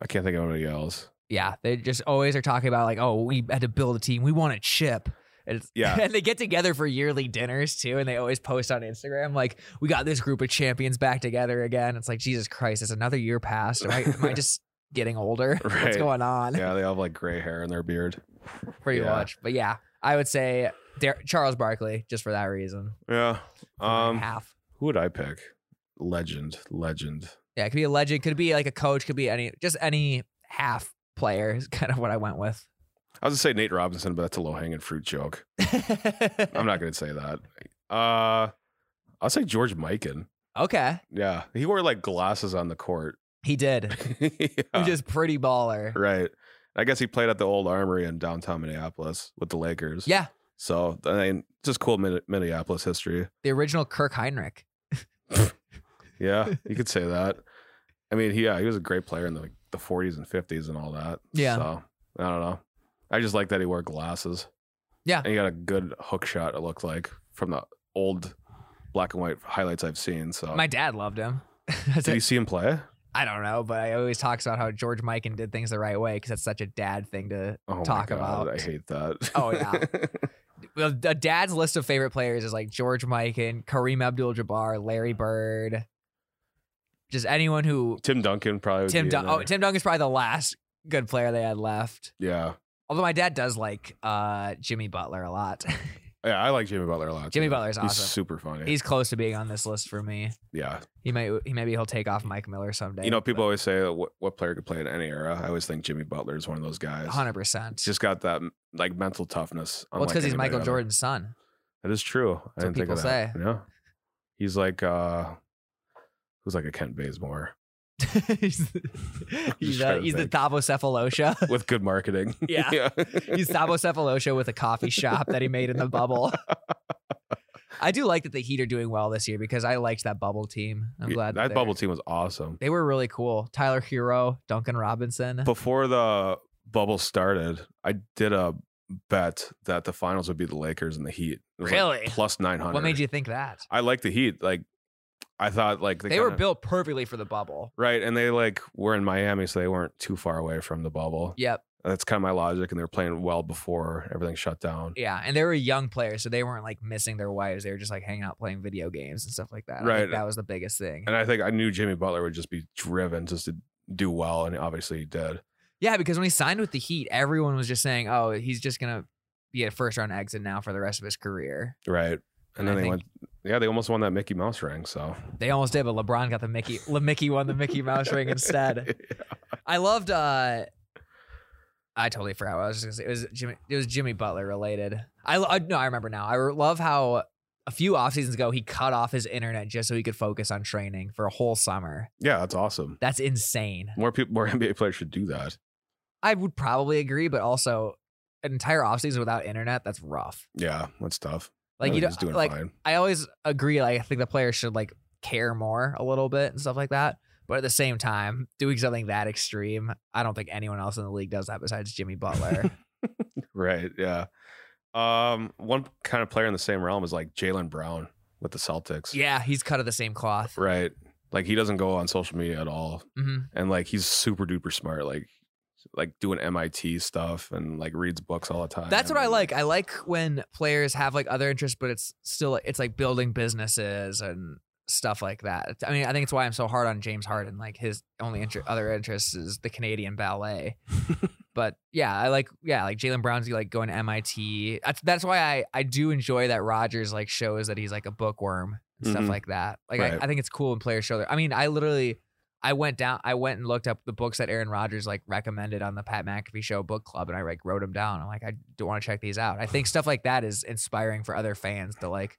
I can't think of anybody else. Yeah, they just always are talking about like, oh, we had to build a team, we won a chip. And it's, Yeah. and they get together for yearly dinners too, and they always post on Instagram like, we got this group of champions back together again. It's like Jesus Christ, it's another year past. Am I, am I just getting older? Right. What's going on? Yeah, they all have like gray hair in their beard. Pretty Yeah. much, but yeah, I would say Dar- Charles Barkley just for that reason. Yeah. For my Um, half. who would I pick? Legend, legend. Yeah, it could be a legend, could be like a coach, could be any just any half player is kind of what I went with. I was gonna say Nate Robinson, but that's a low hanging fruit joke. I'm not gonna say that. Uh, I'll say George Mikan. okay. Yeah, he wore like glasses on the court. He did. Yeah, He was pretty baller. right. I guess he played at the old Armory in downtown Minneapolis with the Lakers. Yeah. So I mean, just cool Min- Minneapolis history. The original Kirk Heinrich. Yeah, you could say that. I mean, he- yeah, he was a great player in the like, the 40s and 50s and all that. Yeah. So I don't know. I just like that he wore glasses. Yeah. And he got a good hook shot. It looked like from the old black and white highlights I've seen. So My dad loved him. That's Oh. did it. you see him play? I don't know, but I always talks about how George Mikan did things the right way because that's such a dad thing to. Oh my Talk God, about- I hate that. Oh, yeah. Well, A dad's list of favorite players is like George Mikan, Kareem Abdul-Jabbar, Larry Bird, just anyone who Tim Duncan probably. Would Tim. be in Dun- oh, there. Tim Duncan's probably the last good player they had left. Yeah. Although my dad does like uh, Jimmy Butler a lot. Yeah, I like Jimmy Butler a lot. Jimmy too. Butler's He's awesome. super funny. He's close to being on this list for me. yeah. He might, he maybe he'll take off Mike Miller someday. You know, people always say what, what player could play in any era. I always think Jimmy Butler is one of those guys. hundred percent. He's just got that like mental toughness. Well, it's unlike because he's anybody Michael other. Jordan's son. That is true. I That's what didn't think of people that. Yeah, he's like uh, who's like a Kent Bazemore he's the, he's, trying uh, to he's the think. Thabocephalosha. with good marketing. Yeah. he's Thabocephalosha with a coffee shop that he made in the bubble. I do like that the Heat are doing well this year because I liked that bubble team. I'm Yeah, glad that they're- bubble team was awesome. They were really cool. Tyler Hero, Duncan Robinson. Before the bubble started, I did a bet that the finals would be the Lakers and the Heat. It was, like, Really? plus nine hundred. What made you think that? I like the Heat. Like I thought, like they were kinda- built perfectly for the bubble. right, and they like were in Miami, so they weren't too far away from the bubble. Yep. That's kind of my logic, and they were playing well before everything shut down. Yeah. And they were young players, so they weren't like missing their wives. They were just like hanging out playing video games and stuff like that. I think Right. that was the biggest thing. And I think I knew Jimmy Butler would just be driven just to do well, and obviously he did. Yeah, because when he signed with the Heat, everyone was just saying, Oh, he's just gonna be a first round exit now for the rest of his career. Right. And And then I they think- went yeah, they almost won that Mickey Mouse ring, so They almost did, but LeBron got the Mickey Le Mickey won the Mickey Mouse ring instead. I loved uh I totally forgot what I was just gonna say. It was Jimmy it was Jimmy Butler related. I, lo- I no, I remember now. I re- love how a few off seasons ago he cut off his internet just so he could focus on training for a whole summer. Yeah, that's awesome. That's insane. More people more NBA players should do that. I would probably agree, but also an entire offseason without internet, that's rough. Yeah, that's tough. Like No, you he's don't like fine. I always agree, like I think the players should like care more a little bit and stuff like that. But at the same time, doing something that extreme, I don't think anyone else in the league does that besides Jimmy Butler. Right. Yeah. Um one kind of player in the same realm is like Jalen Brown with the Celtics. yeah, he's cut of the same cloth. Right. Like he doesn't go on social media at all. hmm And like he's super duper smart. Like like doing MIT stuff and like reads books all the time. That's what I And, like. I like when players have like other interests, but it's still it's like building businesses and stuff like that. I mean, I think it's why I'm so hard on James Harden. Like his only inter- other interest is the Canadian ballet. but yeah, I like yeah, like Jalen Brown's like going to MIT. That's that's why I I do enjoy that Rogers like shows that he's like a bookworm and stuff Mhm. like that. Like Right. I, I think it's cool when players show their. I mean, I literally I went down. I went and looked up the books that Aaron Rodgers like recommended on the Pat McAfee Show book club, and I like wrote them down. I'm like, I do want to check these out. I think stuff like that is inspiring for other fans to like,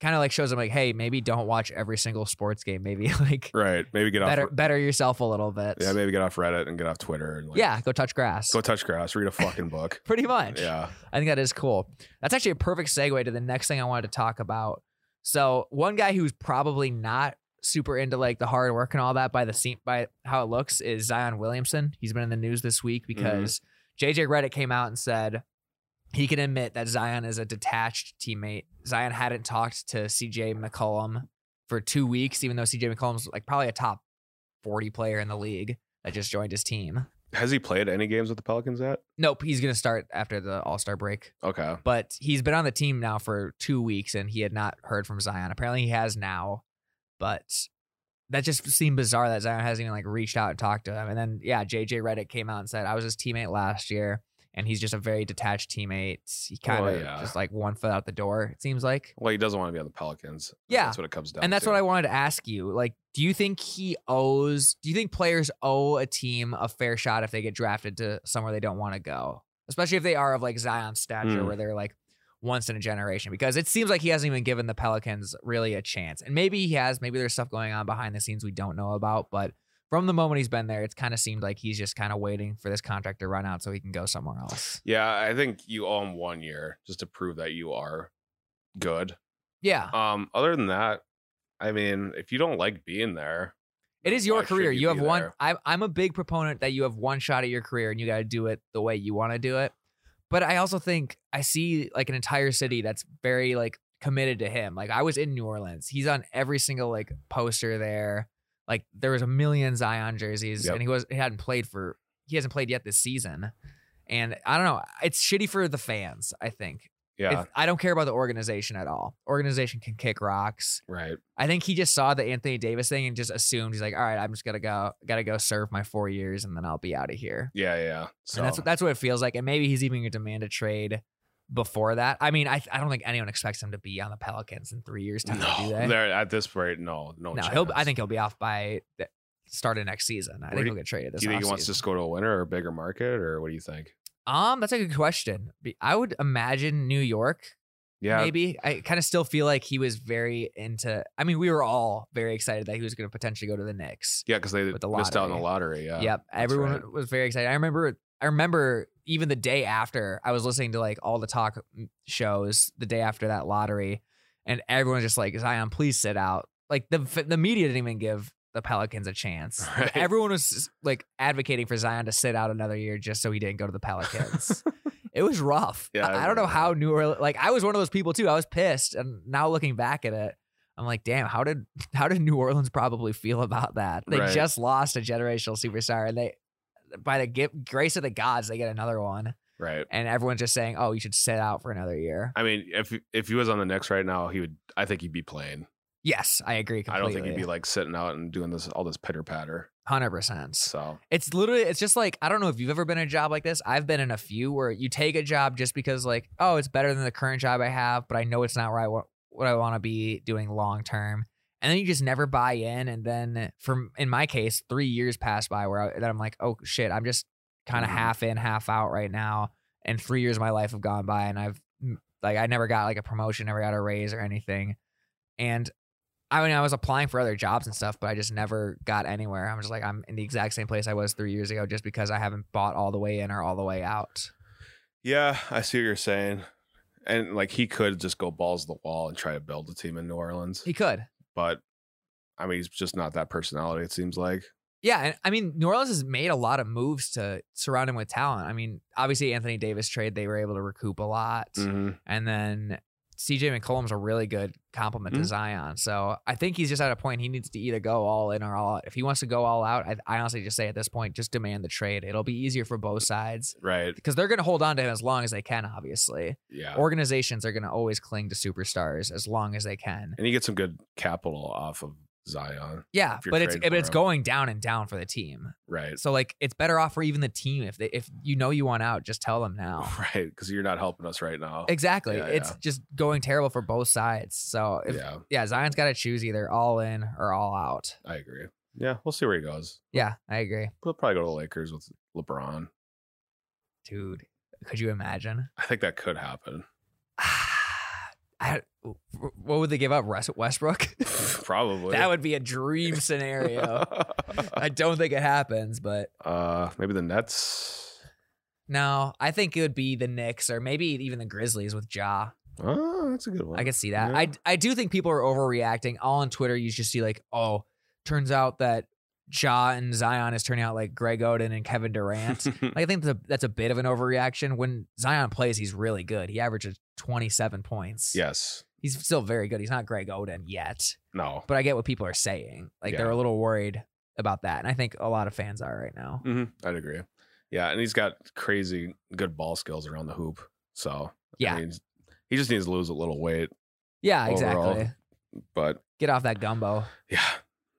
kind of like shows them like, hey, maybe don't watch every single sports game. Maybe like Right. Maybe get better off. better yourself a little bit. Yeah, maybe get off Reddit and get off Twitter and like, Yeah, go touch grass. go touch grass, read a fucking book. Pretty much. yeah. I think that is cool. That's actually a perfect segue to the next thing I wanted to talk about. So one guy who's probably not super into like the hard work and all that by the scene by how it looks is Zion Williamson. He's been in the news this week because JJ Reddick came out and said he can admit that Zion is a detached teammate. Zion hadn't talked to CJ McCollum for two weeks, even though CJ McCollum's like probably a top 40 player in the league that just joined his team. Has he played any games with the Pelicans yet? Nope, he's gonna start after the All Star break Okay. but he's been on the team now for two weeks and he had not heard from Zion. Apparently he has now, but that just seemed bizarre that Zion hasn't even like reached out and talked to him. And then yeah, JJ Reddick came out and said, I was his teammate last year and he's just a very detached teammate. He kind of Well, yeah. just like one foot out the door, it seems like. Well, he doesn't want to be on the Pelicans. Yeah. That's what it comes down And that's to. what I wanted to ask you. Like, do you think he owes do you think players owe a team a fair shot if they get drafted to somewhere they don't want to go? Especially if they are of like Zion's stature Hmm. where they're like once in a generation because it seems like he hasn't even given the Pelicans really a chance. And maybe he has, maybe there's stuff going on behind the scenes we don't know about, but from the moment he's been there, it's kind of seemed like he's just kind of waiting for this contract to run out so he can go somewhere else. Yeah, I think you owe him one year just to prove that you are good. Yeah. Um, other than that, I mean, if you don't like being there, It is your why should career. You, have be one. there? I'm I'm a big proponent that you have one shot at your career and you got to do it the way you want to do it. But I also think I see like an entire city that's very like committed to him. Like I was in New Orleans. He's on every single like poster there. Like there was a million Zion jerseys, Yep. and he was he hadn't played for he hasn't played yet this season. And I don't know. It's shitty for the fans. I think. Yeah. If- I don't care about the organization at all. Organization can kick rocks. right. I think he just saw the Anthony Davis thing and just assumed he's like, all right, I'm just gonna go, gotta go serve my four years and then I'll be out of here. Yeah, yeah, yeah. So And that's what that's what it feels like. And maybe he's even gonna demand a trade before that. I mean, I I don't think anyone expects him to be on the Pelicans in three years time. do no, they? there at this rate, no, no. no, he'll. I chance. think he'll be off by the start of next season. I Where think do- he'll get traded this Do you think he wants offseason. to just go to a winner or a bigger market, or what do you think? Um, that's a good question. Be- I would imagine New York Yeah, maybe i kind of still feel like he was very into i mean we were all very excited that he was going to potentially go to the knicks yeah, because they With the missed out on the lottery. Yeah, Yep. that's Everyone right. was very excited. I remember I remember even the day after I was listening to like all the talk mm, shows the day after that lottery and everyone was just like Zion please sit out. Like the the media didn't even give the Pelicans a chance. Right. Everyone was like advocating for Zion to sit out another year just so he didn't go to the Pelicans. it was rough. Yeah, I I, I don't know remember how that. New Orleans like I was one of those people too. I was pissed and now looking back at it I'm like, damn, how did how did New Orleans probably feel about that? They Right. just lost a generational superstar, and they, by the gift, grace of the gods, they get another one, right. and everyone's just saying, "Oh, you should sit out for another year." I mean, if if he was on the Knicks right now, he would. I think he'd be playing. Yes, I agree I completely. don't think he'd be like sitting out and doing this all this pitter patter. hundred percent. So It's literally, it's just like I don't know if you've ever been in a job like this. I've been in a few where you take a job just because, like, oh, it's better than the current job I have, but I know it's not where I want what I want to be doing long term. And then you just never buy in, and then from in my case, three years pass by where I, that I'm like, oh shit, I'm just kind of Mhm. half in, half out right now. And three years of my life have gone by, and I've like I never got like a promotion, never got a raise or anything. And I mean, I was applying for other jobs and stuff, but I just never got anywhere. I'm just like I'm in the exact same place I was three years ago, just because I haven't bought all the way in or all the way out. yeah, I see what you're saying. And like he could just go balls to the wall and try to build a team in New Orleans, He could, but I mean, he's just not that personality. It seems like. yeah. And I mean, New Orleans has made a lot of moves to surround him with talent. I mean, obviously Anthony Davis trade, they were able to recoup a lot. Mm. And then CJ McCollum's a really good compliment Mhm. to Zion. So I think he's just at a point he needs to either go all in or all out. If he wants to go all out, I, I honestly just say at this point, just demand the trade. It'll be easier for both sides Right. because they're going to hold on to him as long as they can, obviously. Yeah. Organizations are going to always cling to superstars as long as they can. and you get some good capital off of Zion. Yeah, If you're but it's trading but for it's him. going down and down for the team. Right. So like it's better off for even the team if they if you know you want out, just tell them now. Right. Because you're not helping us right now. Exactly. Yeah, it's yeah. just going terrible for both sides. So if yeah, yeah, Zion's got to choose either all in or all out. I agree. Yeah, we'll see where he goes. Yeah, I agree, He'll probably go to the Lakers with LeBron. dude. Could you imagine? I think that could happen. I, what would they give up? Russ- Westbrook? probably. that would be a dream scenario. I don't think it happens, but uh, maybe the Nets. no, I think it would be the Knicks or maybe even the Grizzlies with Ja. Oh, that's a good one. I could see that. Yeah. I I do think people are overreacting. All on Twitter, you just see like, oh, turns out that Ja and Zion is turning out like Greg Oden and Kevin Durant. Like, I think that's a, that's a bit of an overreaction. When Zion plays, he's really good. He averages 27 points. yes. He's still very good. He's not Greg Oden yet, No. but I get what people are saying. Like, they're Yeah. a little worried about that. And I think a lot of fans are right now. hmm I'd agree. Yeah, and he's got crazy good ball skills around the hoop. So I Yeah. mean, he just needs to lose a little weight. Yeah, Overall. exactly. But Get off that gumbo. yeah,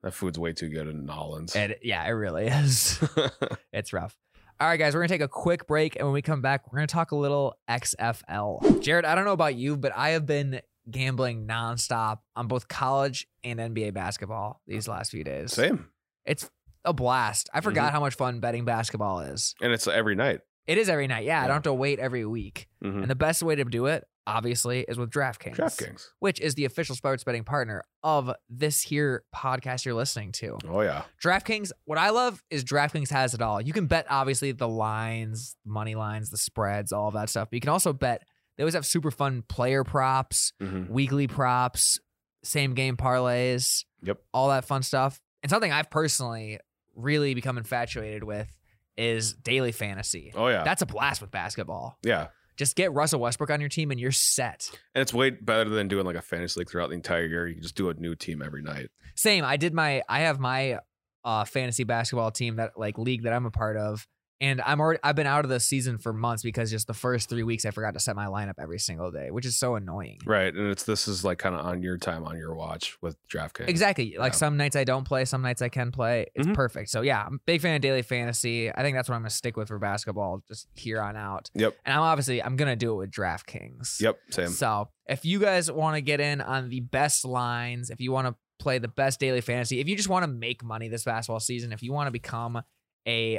that food's way too good in Nolans. And yeah, it really is. it's rough. All right, guys, we're gonna take a quick break, and when we come back, we're gonna talk a little XFL. Jared, I don't know about you, but I have been gambling nonstop on both college and NBA basketball these last few days. Same, Mm-hmm. It's a blast. I forgot how much fun betting basketball is. and it's every night. It is every night. Yeah, I Yeah. don't have to wait every week. Mm-hmm. And the best way to do it, obviously, is with DraftKings. DraftKings. Which is the official sports betting partner of this here podcast you're listening to. Oh yeah, DraftKings, what I love is DraftKings has it all. You can bet obviously the lines, money lines, the spreads, all of that stuff. But you can also bet they always have super fun player props, hmm weekly props, same game parlays, Yep. all that fun stuff. And something I've personally really become infatuated with is daily fantasy. oh yeah, That's a blast with basketball. yeah. Just get Russell Westbrook on your team and you're set. And it's way better than doing like a fantasy league throughout the entire year. You can just do a new team every night. Same. I did my. I have my uh, fantasy basketball team that like league that I'm a part of, and I'm already. I've been out of the season for months because just the first three weeks I forgot to set my lineup every single day, which is so annoying. Right, and it's this is like kind of on your time, on your watch with DraftKings. Exactly. Like Yeah. some nights I don't play, some nights I can play. It's Mhm. perfect. So yeah, I'm a big fan of daily fantasy. I think that's what I'm gonna stick with for basketball just here on out. Yep. And I'm obviously I'm gonna do it with DraftKings. Yep. Same. So if you guys want to get in on the best lines, if you want to play the best daily fantasy, if you just want to make money this basketball season, if you want to become a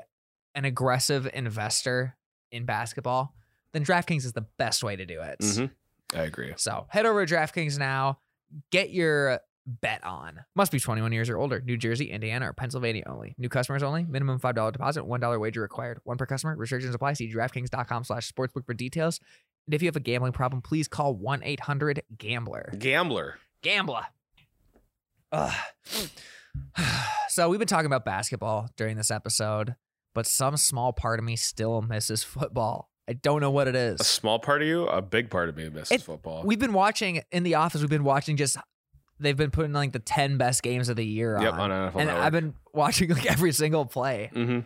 an aggressive investor in basketball, then DraftKings is the best way to do it. Mhm. I agree. So head over to DraftKings now, get your bet on. Must be 21 years or older. New Jersey, Indiana, or Pennsylvania only. New customers only. Minimum $5 deposit, $1 wager required. One per customer. Restrictions apply. See DraftKings.com slash sportsbook for details. And if you have a gambling problem, please call 1-800-GAMBLER. Gambler. Gambler. Ugh. So we've been talking about basketball during this episode, but some small part of me still misses football. I don't know what it is. A small part of you, a big part of me misses It- football. We've been watching in the office. We've been watching just they've been putting like the ten best games of the year yep. on, On NFL and I've Network. been watching like every single play. hmm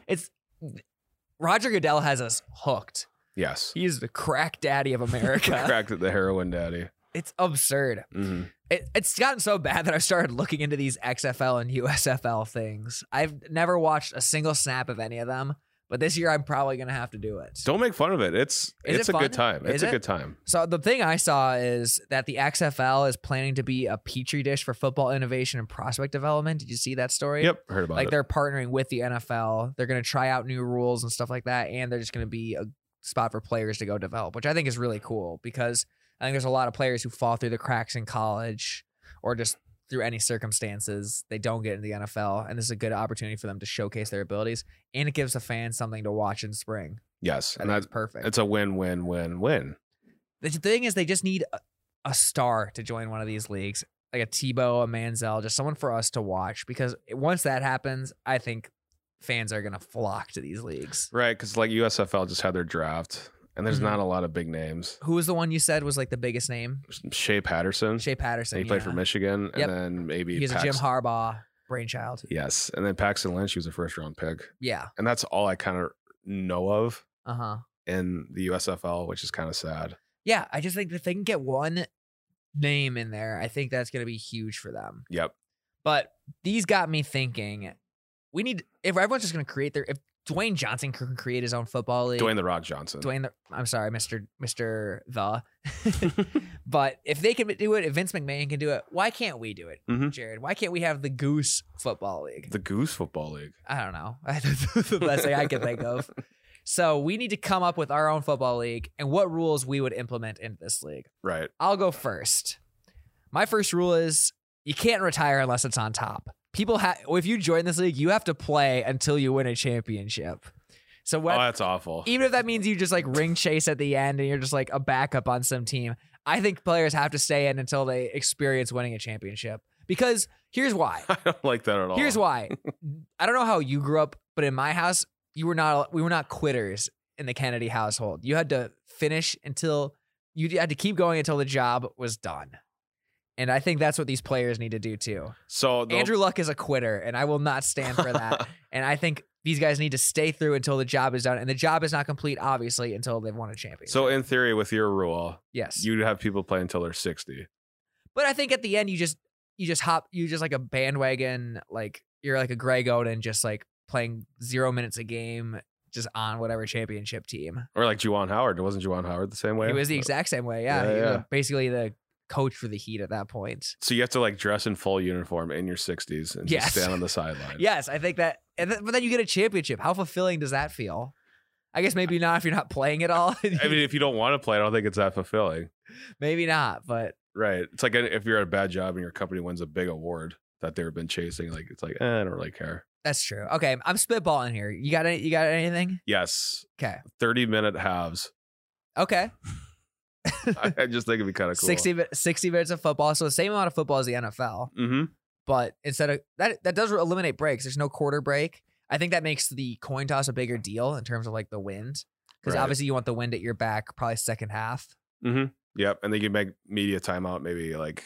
Roger Goodell has us hooked. Yes. He is the crack daddy of America. Cracked at the heroin daddy. it's absurd. hmm It, it's gotten so bad that I've started looking into these XFL and USFL things. I've never watched a single snap of any of them, but this year I'm probably gonna have to do it. Don't make fun of it. It's Is it's it a good fun? time. It's Is a it? good time. So the thing I saw is that the XFL is planning to be a petri dish for football innovation and prospect development. Did you see that story? Yep. Heard about Like it. they're partnering with the NFL. They're going to try out new rules and stuff like that, and they're just going to be a spot for players to go develop, which I think is really cool because I think there's a lot of players who fall through the cracks in college or just through any circumstances they don't get into the NFL, and this is a good opportunity for them to showcase their abilities, and it gives the fans something to watch in spring. Yes. I And think it's that's perfect. it's a win win win win. The thing is, they just need a, a star to join one of these leagues, like a Tebow, a Manziel, just someone for us to watch. Because once that happens, I think fans are gonna flock to these leagues. Right. Because like USFL just had their draft, and there's Mhm. not a lot of big names. Who was the one you said was like the biggest name? Shea Patterson. Shea Patterson. he played yeah. for Michigan, Yep. and then maybe He was a Jim Pax- Harbaugh brainchild. Yes, and then Paxton Lynch. He was a first round pick, Yeah. and that's all I kind of know of Uh huh. in the USFL, which is kind of sad. Yeah. I just think if they can get one name in there, I think that's gonna be huge for them. Yep. But these got me thinking. We need if everyone's just going to create their if Dwayne Johnson can create his own football league. Dwayne the Rock Johnson. Dwayne the I'm sorry, Mr. Mr. The. but if they can do it, if Vince McMahon can do it, why can't we do it, Mhm. Jared? Why can't we have the Goose Football League? the Goose Football League. I don't know. That's the best thing I can think of. So we need to come up with our own football league and what rules we would implement in this league. Right. I'll go first. My first rule is you can't retire unless it's on top. People have if you join this league, you have to play until you win a championship. So what E- oh, that's awful. even if that means you just like ring chase at the end and you're just like a backup on some team, I think players have to stay in until they experience winning a championship. Because here's why. I don't like that at all. Here's why. I don't know how you grew up, but in my house, you were not we were not quitters in the Kennedy household. You had to finish until you had to keep going until the job was done. And I think that's what these players need to do too. So the, Andrew Luck is a quitter, and I will not stand for that. and I think these guys need to stay through until the job is done. And the job is not complete, obviously, until they've won a championship. So in theory, with your rule, yes. you'd have people play until they're sixty. But I think at the end you just you just hop you just like a bandwagon like you're like a Greg Oden just like playing zero minutes a game just on whatever championship team. Or like Juwan Howard. Wasn't Juwan Howard the same way? He was the exact same way. Yeah, Uh, Yeah, he was yeah. basically the coach for the Heat at that point. So you have to like dress in full uniform in your sixties and Yes. just stand on the sideline. Yes, I think that. And th- but then you get a championship. How fulfilling does that feel? I guess maybe not if you're not playing at all. I mean, if you don't want to play, I don't think it's that fulfilling. maybe not. But Right. It's like if you're at a bad job and your company wins a big award that they've been chasing, like it's like, eh, I don't really care. that's true. Okay, I'm spitballing here. You got any, you got anything? Yes. Okay. Thirty minute halves. Okay. I, I just think it'd be kind of cool. 60, mi- 60 minutes of football. So the same amount of football as the NFL. Mm-hmm. but instead of that that does eliminate breaks there's no quarter break i think that makes the coin toss a bigger deal in terms of like the wind because Right. obviously you want the wind at your back probably second half Yep. And then you make media timeout maybe like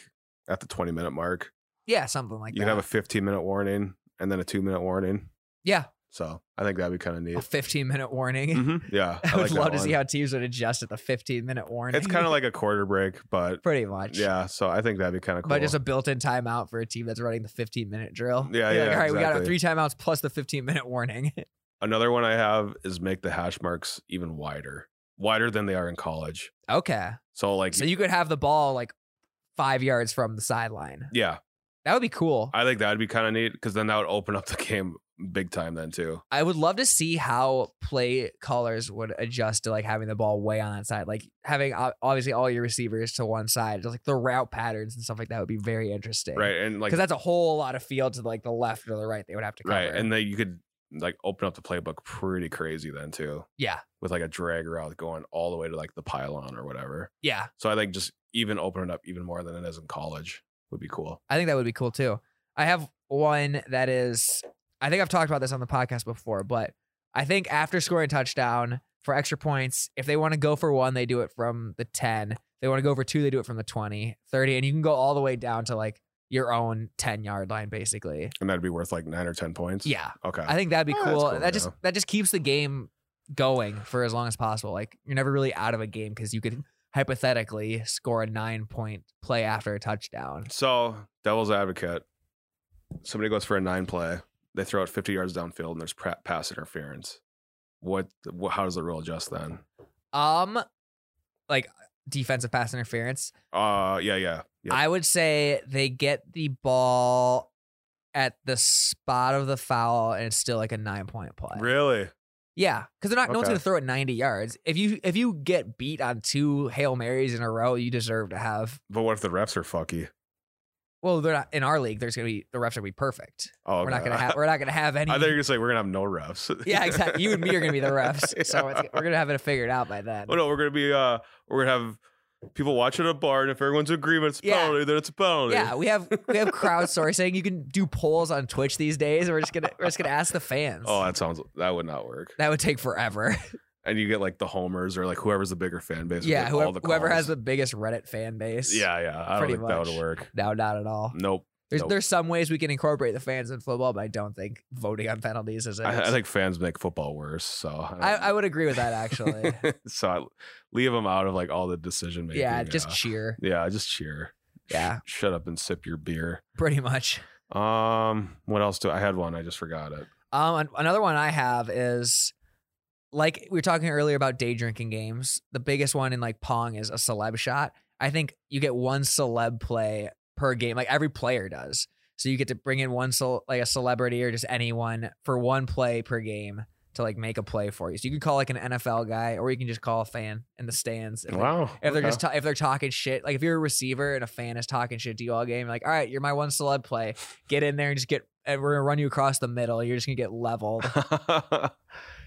at the twenty minute mark. yeah something like you that can have a fifteen minute warning and then a two minute warning. yeah So I think that'd be kind of a neat. 15 minute warning Mhm. Yeah, i would like that love to see one. how teams would adjust at the 15 minute warning it's kind of like a quarter break, but pretty much yeah. So I think that'd be kind of cool. but just a built-in timeout for a team that's running the 15 minute drill Yeah, You're like, yeah, all right we got exactly. three timeouts plus the 15 minute warning Another one I have is make the hash marks even wider, wider than they are in college. okay So like, so you could have the ball like five yards from the sideline yeah, that would be cool I think that'd be kind of neat because then that would open up the game big time then too. I would love to see how play callers would adjust to like having the ball way on that side, like having ob- obviously all your receivers to one side, just like the route patterns and stuff like that would be very interesting, Right. And like, Because that's a whole lot of field to like the left or the right they would have to cover. right. And then you could like open up the playbook pretty crazy then too yeah, with like a drag route going all the way to like the pylon or whatever. yeah, So I think just even open it up even more than it is in college would be cool. I think that would be cool too. I have one that is, I think I've talked about this on the podcast before, but I think after scoring a touchdown for extra points, if they want to go for one, they do it from the 10. If they want to go for two, they do it from the 20, 30, and you can go all the way down to like your own 10 yard line, basically. And that'd be worth like nine or 10 points. Yeah. Okay. I think that'd be Oh, that's cool. cool, That just yeah. that just keeps the game going for as long as possible. Like you're never really out of a game because you could hypothetically score a nine point play after a touchdown. So, devil's advocate, somebody goes for a nine play, they throw it 50 yards downfield, and there's pra- pass interference. What, wh- How does the rule adjust then? Um, like defensive pass interference. Uh, yeah, yeah, yeah. I would say they get the ball at the spot of the foul, and it's still like a nine point play. really? Yeah, because they're not. No one's Okay. gonna throw it ninety yards. If you if you get beat on two hail marys in a row, you deserve to have. But what if the refs are fucky? Well, they're not in our league. There's gonna be the refs are gonna be perfect. Oh, We're not okay. gonna have. We're not gonna have any. I thought you were gonna say we're gonna have no refs. yeah, exactly. You and me are gonna be the refs, so it's, we're gonna have it figured out by then. Oh no, we're gonna be. Uh, we're gonna have people watching a bar, and if everyone's in agreement, it's a Yeah. penalty. Then it's a penalty. Yeah, we have we have crowdsourcing. You can do polls on Twitch these days. and We're just gonna we're just gonna ask the fans. Oh, that sounds that would not work. that would take forever. And you get like the homers or like whoever's the bigger fan base. would yeah, get whoever, all the whoever calls. has the biggest Reddit fan base. Yeah, yeah. I don't Pretty think that much. would work. No, not at all. Nope. There's Nope. there's some ways we can incorporate the fans in football, but I don't think voting on penalties is it. I, I think fans make football worse. So I, don't- I would agree with that actually. so I leave them out of like all the decision making. yeah, just cheer. yeah, just cheer. Sh- Yeah. shut up and sip your beer. Pretty much. Um, what else do I had one? I just forgot it. Um, an- another one I have is like we were talking earlier about day drinking games. The biggest one in like Pong is a celeb shot. I think you get one celeb play per game, like every player does. So you get to bring in one cel- like a celebrity or just anyone for one play per game to like make a play for you. So you can call like an NFL guy, or you can just call a fan in the stands. If they- Wow. if they're okay. just ta- if they're talking shit, like if you're a receiver and a fan is talking shit to you all game, like all right, you're my one celeb play. Get in there and just get. And we're gonna run you across the middle. You're just gonna get leveled. I, think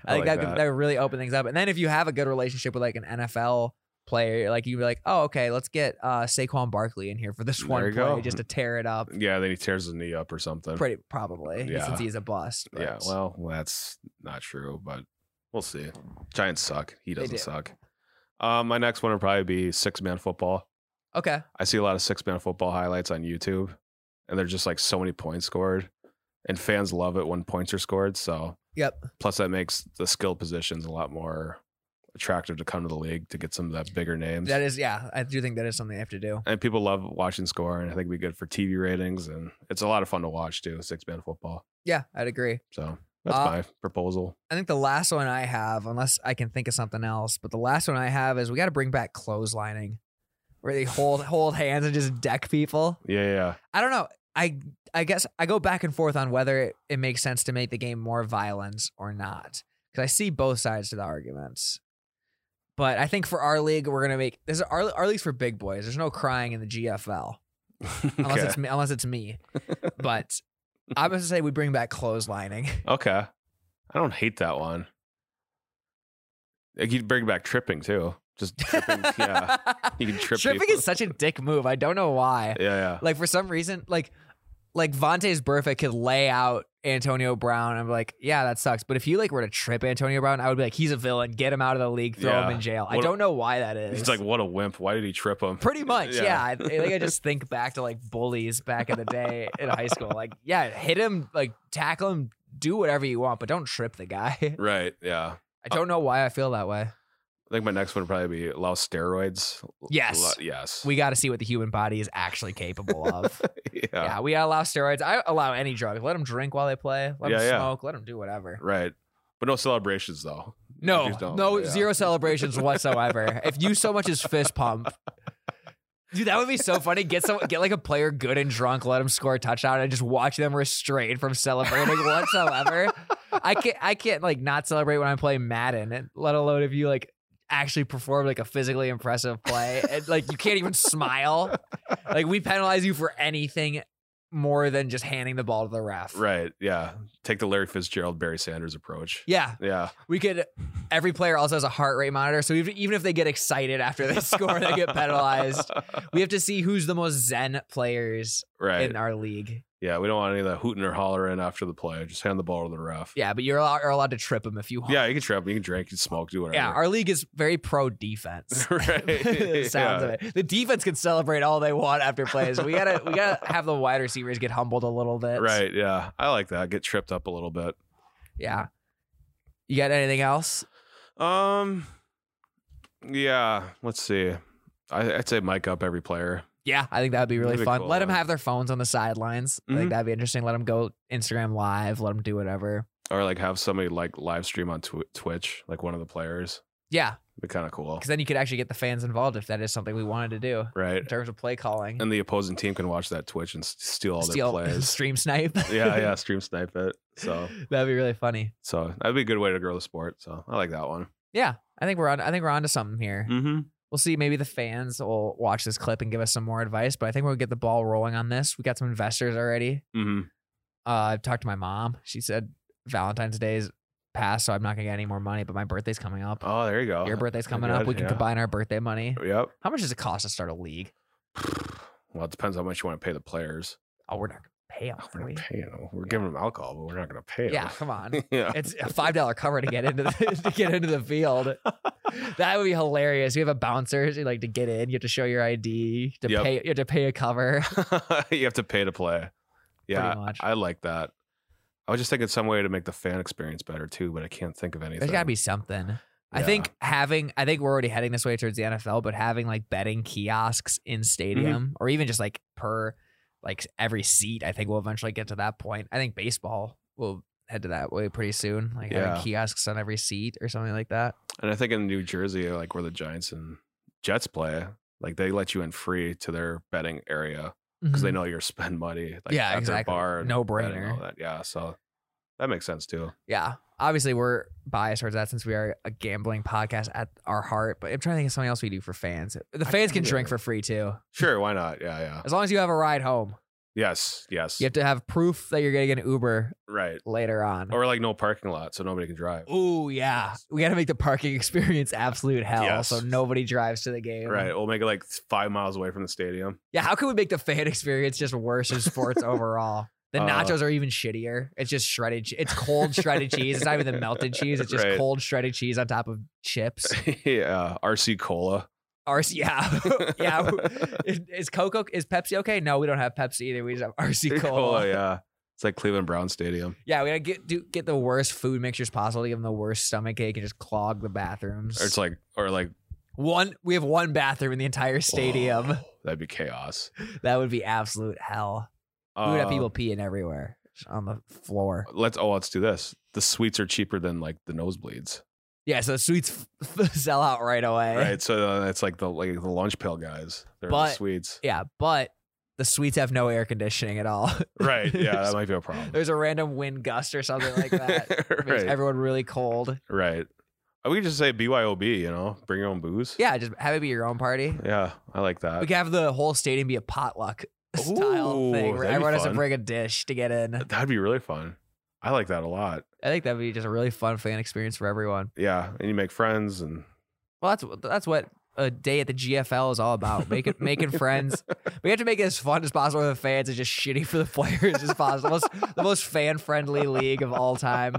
like that, could- that. that. would really open things up. And then if you have a good relationship with like an NFL player, like you'd be like, oh okay, let's get uh, Saquon Barkley in here for this There one play you go. just to tear it up. yeah, then he tears his knee up or something. Pretty probably Yeah. since he's a bust. but- Yeah, well, that's not true, but we'll see. Giants suck. He They doesn't do. suck. Um, my next one would probably be six man football. okay, I see a lot of six man football highlights on YouTube, and there's just like so many points scored, and fans love it when points are scored. So, Yep. Plus, that makes the skill positions a lot more attractive to come to the league to get some of that bigger names. that is yeah. I do think that is something they have to do. and people love watching score, and I think it'd be good for TV ratings, and it's a lot of fun to watch too. Six man football. Yeah, I'd agree. So that's Uh, my proposal. I think the last one I have, unless I can think of something else, but the last one I have is we got to bring back clotheslining, where they hold hold hands and just deck people. Yeah, yeah, yeah. I don't know. I I guess I go back and forth on whether it, it makes sense to make the game more violence or not, because I see both sides to the arguments. But I think for our league, we're gonna make this. is- Our our league's for big boys. There's no crying in the GFL unless Okay. it's me, unless it's me. but I'm gonna say we bring back clotheslining. Okay. I don't hate that one. Like you'd bring back tripping too. Just tripping. yeah. You can trip Tripping people. is such a dick move. I don't know why. Yeah, yeah. Like for some reason, like like Vontae's perfect could lay out Antonio Brown. I'm like, yeah, that sucks. But if you like were to trip Antonio Brown, I would be like, he's a villain. Get him out of the league. Throw him Yeah. in jail. I What- don't know why that is. He's like, what a wimp. Why did he trip him? pretty much, yeah. Yeah. I, I think I just think back to like bullies back in the day in high school. Like, yeah, hit him, like tackle him, do whatever you want, but don't trip the guy. Right. Yeah. I don't know why I feel that way. I think my next one would probably be allow steroids. Yes. Allow- yes. We got to see what the human body is actually capable of. yeah. Yeah. we gotta allow steroids. I allow any drug. Let them drink while they play. Let them Yeah, yeah. smoke. Let them do whatever. Right. But no celebrations though. No, Just don't, no yeah. zero celebrations whatsoever. if you so much as fist pump, dude, that would be so funny. Get some, get like a player good and drunk. Let them score a touchdown and just watch them restrain from celebrating whatsoever. I can't, I can't like not celebrate when I'm playing Madden. Let alone if you like actually perform like a physically impressive play. and, like you can't even smile. Like we penalize you for anything more than just handing the ball to the ref. Right. Yeah. Take the Larry Fitzgerald, Barry Sanders approach. Yeah, Yeah. We could. Every player also has a heart rate monitor, so even, even if they get excited after they score, they get penalized. We have to see who's the most zen players Right. in our league. yeah. We don't want any of that hooting or hollering after the play. Just hand the ball to the ref. Yeah, but you're allowed, are allowed to trip them if you want. Yeah, you can trip, you can drink, you can smoke, do whatever. yeah. Our league is very pro defense. right. the sounds of it. The defense can celebrate all they want after plays. We gotta we gotta have the wide receivers get humbled a little bit. Right. Yeah. I like that. Get tripped up a little bit. Yeah. You got anything else? Um. Yeah. Let's see. I, I'd say mic up every player. Yeah, I think that would be really That'd be fun. cool, Let them yeah. have their phones on the sidelines. I think Mhm. that'd be interesting. Let them go Instagram live. Let them do whatever. Or like have somebody like live stream on tw- Twitch, like one of the players. Yeah, Be kind of cool, because then you could actually get the fans involved if that is something we wanted to do right? in terms of play calling. And the opposing team can watch that Twitch and s- steal all Steal- their plays. stream snipe. yeah, yeah. Stream snipe it. So, that'd be really funny. so that'd be a good way to grow the sport. So I like that one. Yeah, I think we're on. I think we're onto something here. Mm-hmm. We'll see. Maybe the fans will watch this clip and give us some more advice. But I think we'll get the ball rolling on this. We got some investors already. Mm-hmm. Uh, I've talked to my mom. She said Valentine's Day is past, so I'm not gonna get any more money. But my birthday's coming up. Oh, there you go. Your birthday's coming good, up. We can yeah. combine our birthday money. Yep. How much does it cost to start a league? Well, it depends how much you want to pay the players. Oh, we're not gonna pay them. We're are we? not paying them. We're giving them alcohol, but we're not going to pay Yeah, them. come on. yeah. It's a five dollar cover to get into the, to get into the field. That would be hilarious. You have a bouncer you like to get in. You have to show your ID. To Yep. pay, you have to pay a cover. you have to pay to play. Yeah, pretty much. I like that. I was just thinking some way to make the fan experience better too, but I can't think of anything. There's got to be something. I Yeah. think having. I think we're already heading this way towards the NFL, but having like betting kiosks Mm-hmm. in stadium or even just like per like every seat, I think we'll eventually get to that point. I think baseball will head to that way pretty soon. Like Yeah. having kiosks on every seat or something like that. And I think in New Jersey, like where the Giants and Jets play, like they let you in free to their betting area Mm-hmm. because they know you're spend money. Like, Yeah, at exactly. Their bar and No betting and brainer. all that. Yeah, so that makes sense too. Yeah. Obviously, we're biased towards that since we are a gambling podcast at our heart. But I'm trying to think of something else we do for fans. The I fans can kinda- drink for free too, Sure, why not? Yeah, yeah. as long as you have a ride home. Yes, yes. You have to have proof that you're getting an Uber Right. later on. Or like no parking lot, so nobody can drive. Oh yeah, we got to make the parking experience absolute hell, Yes. so nobody drives to the game. Right. We'll make it like five miles away from the stadium. Yeah. How can we make the fan experience just worse in sports overall? The Uh, nachos are even shittier. It's just shredded. che- It's cold shredded cheese. It's not even the melted cheese. It's just Right. cold shredded cheese on top of chips. yeah. RC Cola. RC. Yeah. yeah. Is, is Coke okay? Is Pepsi okay? No, we don't have Pepsi either. We just have RC Cola. yeah. yeah. It's like Cleveland Brown Stadium. we gotta get do, get the worst food mixtures possible to give them the worst stomach ache and just clog the bathrooms. Or it's like or like one. We have one bathroom in the entire stadium. that'd be chaos. Uh, That would be absolute hell. We would have people peeing everywhere on the floor. Let's oh let's do this. The sweets are cheaper than like the nosebleeds, Yeah, so sweets f- f- sell out right away. right? So uh, it's like the like the lunch pail guys. They're the Eh? But- sweets, Yeah, but the suites have no air conditioning at all. right? Yeah, that might be a problem. There's a random wind gust or something like that. Makes right, everyone really cold. right. We could just say BYOB. You know, bring your own booze. Yeah, just have it be your own party. yeah, I like We that. could have the whole stadium be a potluck style Uh, Ooh, thing where that'd be everyone has to fun. bring a dish to get in. That'd be really fun. I like that a lot. I think that'd be just a really fun fan experience for everyone. Yeah, and you make friends and Well, that's that's what a day at the GFL is all about. Making making friends. We have to make it as fun as possible for the fans and just shitty for the players as possible. Most- the most fan friendly league of all time.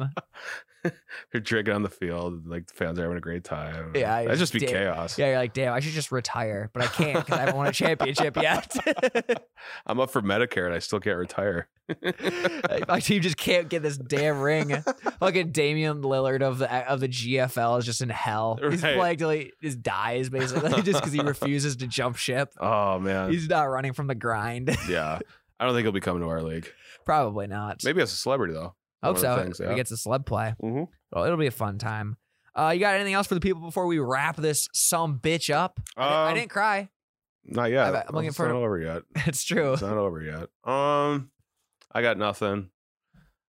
you're drinking on the field. Like the fans are having a great time. Yeah, I that'd just be did- chaos. Yeah, you're like, damn, I should just retire, but I can't because I haven't won a championship yet. I'm up for Medicare and I still can't retire. My team just can't get this damn ring. Fucking Damian Lillard of the of the GFL is just in hell. He's Right. playing till he just dies basically, just because he refuses to jump ship. Oh man, He's not running from the grind. yeah. I don't think he'll be coming to our league. Probably not. Maybe as a celebrity though. Hope One of so. the things, We yeah. get to celeb play. Mhm. Well, it'll be a fun time. Uh, you got anything else for the people before we wrap this some bitch up? I, didn't, I Um, didn't cry. Not yet. I'm- I'm looking it's for- not over yet. It's true. It's not over yet. Um, I got nothing.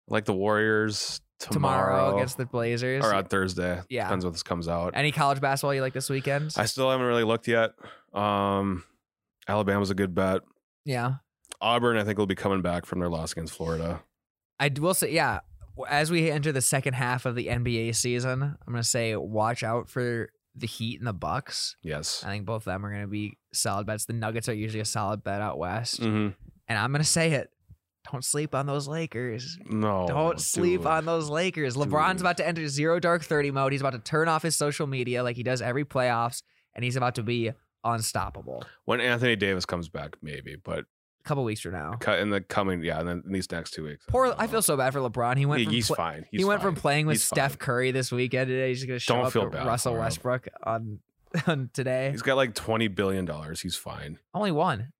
Like the Warriors Tomorrow, tomorrow, against the Blazers. or on Thursday. Yeah. depends when this comes out. Any college basketball you like this weekend? I still haven't really looked yet. Um, Alabama's a good bet. yeah, Auburn, I think, will be coming back from their loss against Florida. I d- will say. Yeah, as we enter the second half of the NBA season, I'm gonna say watch out for the Heat and the Bucks. Yes. I think both of them are gonna be solid bets. The Nuggets are usually a solid bet out west, hmm and I'm gonna say it. Don't sleep on those Lakers. No. Don't sleep Oh, dude. on those Lakers. LeBron's Dude. about to enter zero dark 30 mode. He's about to turn off his social media like he does every playoffs, and he's about to be unstoppable. When Anthony Davis comes back, maybe, but A couple weeks from now. cu- in the coming, yeah, in, the, in these next two weeks. Poor, don't I know. feel so bad for LeBron. He went He- from he's pla- fine. He's he went fine. from playing with He's Steph fine. Curry this weekend today. He's just gonna show Don't up feel to bad Russell for him. Westbrook on on today. He's got like twenty billion dollars. He's fine. Only one.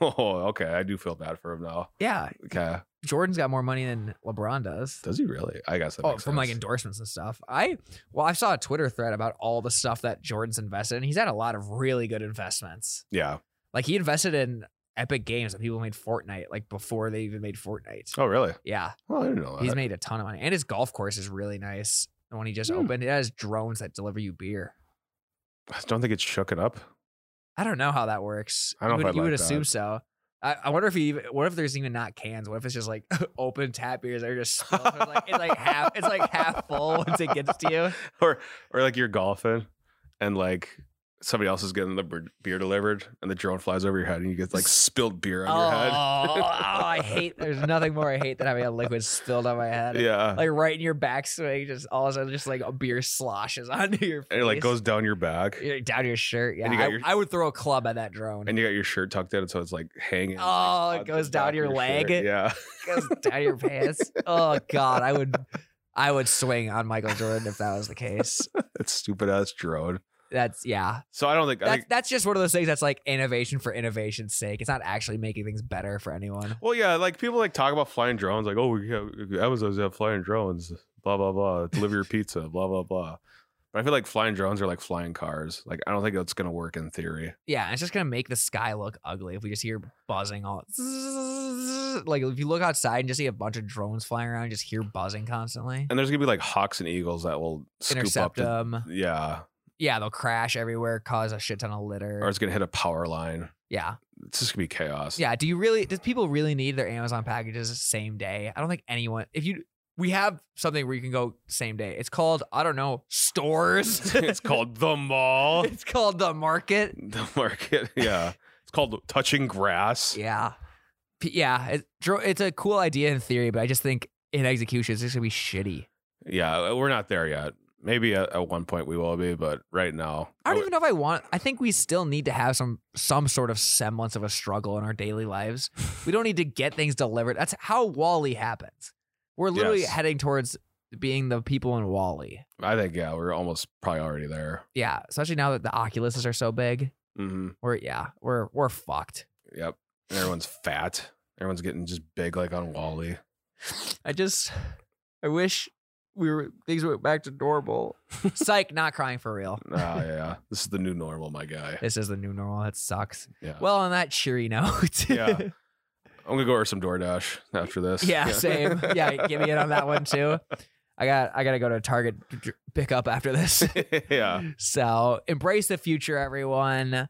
oh, okay. I do feel bad for him now. Yeah, Okay. Jordan's got more money than LeBron does. Does he really? I guess that Oh, makes from like sense. endorsements and stuff. I well, I saw a Twitter thread about all the stuff that Jordan's invested in. He's had a lot of really good investments. yeah. Like he invested in Epic Games and people made Fortnite like before they even made Fortnite. Oh, really? Yeah, Well, I didn't know that. he's made a ton of money, and his golf course is really nice. The one he just Hmm. opened, it has drones that deliver you beer. I don't think it's shook it up. I don't know how that works. I you don't know would, if I'd you would like that. assume so. I, I wonder if he even, what if there's even not cans? What if it's just like open tap beers that are just spilled? It's like it's like half it's like half full once it gets to you. Or, or like you're golfing, and like somebody else is getting the ber- beer delivered, and the drone flies over your head, and you get like spilled beer on oh, your head. oh, I hate. There's nothing more I hate than having a liquid spilled on my head. Yeah. like right in your backswing, just all of a sudden, just like a beer sloshes onto your face. and it like goes down your back, You're, like, down your shirt. Yeah, And you got I, your- I would throw a club at that drone. and you got your shirt tucked in, so it's like hanging. like, Oh, it on the goes back down of your leg. shirt. Yeah. it goes down your pants. Oh God, I would, I would swing on Michael Jordan if that was the case. That stupid ass drone. That's yeah. So I don't think I That's think, that's just one of those things that's like innovation for innovation's sake. It's not actually making things better for anyone. well, yeah, like people like talk about flying drones, like oh, yeah, Amazon's have flying drones, blah blah blah, deliver your pizza, blah blah blah. But I feel like flying drones are like flying cars. Like I don't think that's gonna work in theory. Yeah, it's just gonna make the sky look ugly if we just hear buzzing all like if you look outside and just see a bunch of drones flying around, you just hear buzzing constantly. And there's gonna be like hawks and eagles that will scoop Intercept up. them. The, yeah, Yeah, they'll crash everywhere, cause a shit ton of litter. or it's gonna hit a power line. yeah, It's just gonna be chaos. yeah. Do you really? Does people really need their Amazon packages same day? I don't think anyone. If you, we have something where you can go same day. It's called I don't know stores. it's called the mall. it's called the market. the market. Yeah. It's called touching grass. Yeah, P- yeah. It, dro- it's a cool idea in theory, but I just think in execution it's just gonna be shitty. Yeah, uh, we're not there yet. Maybe at, at one point we will be, but right now, I don't even know if I want. I think we still need to have some some sort of semblance of a struggle in our daily lives. we don't need to get things delivered. That's how Wally happens. We're literally Yes. heading towards being the people in Wally. I think yeah, we're almost probably already there. Yeah, especially now that the Oculuses are so big. hmm We're yeah, we're we're fucked. Yep, And everyone's fat. Everyone's getting just big, like on Wally. I just I wish we were things went back to normal. Psych, not crying for real. Ah, yeah, this is the new normal, my guy. This is the new normal. That sucks. Yeah, Well, on that cheery note. Yeah. I'm gonna go order some DoorDash after this. Yeah, same. Yeah, get me in on that one too. I got I got to go to Target to dr- pick up after this. yeah, So, embrace the future everyone.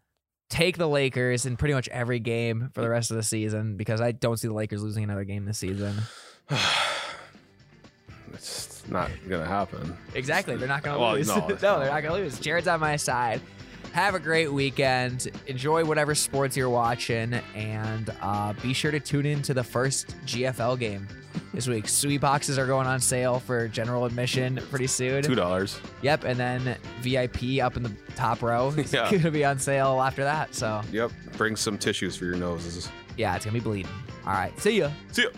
Take the Lakers in pretty much every game for the rest of the season because I don't see the Lakers losing another game this season. it's not gonna happen. Exactly. They're not going to Well, lose. no, No, it's they're not going to lose. Jared's on my side. Have a great weekend. Enjoy whatever sports you're watching. And uh, be sure to tune in to the first GFL game this week. Sui boxes are going on sale for general admission pretty soon. Two dollars. Yep. And then VIP up in the top row is Yeah. going to be on sale after that. So, Yep, bring some tissues for your noses. yeah, it's going to be bleeding. All right. See ya. See ya.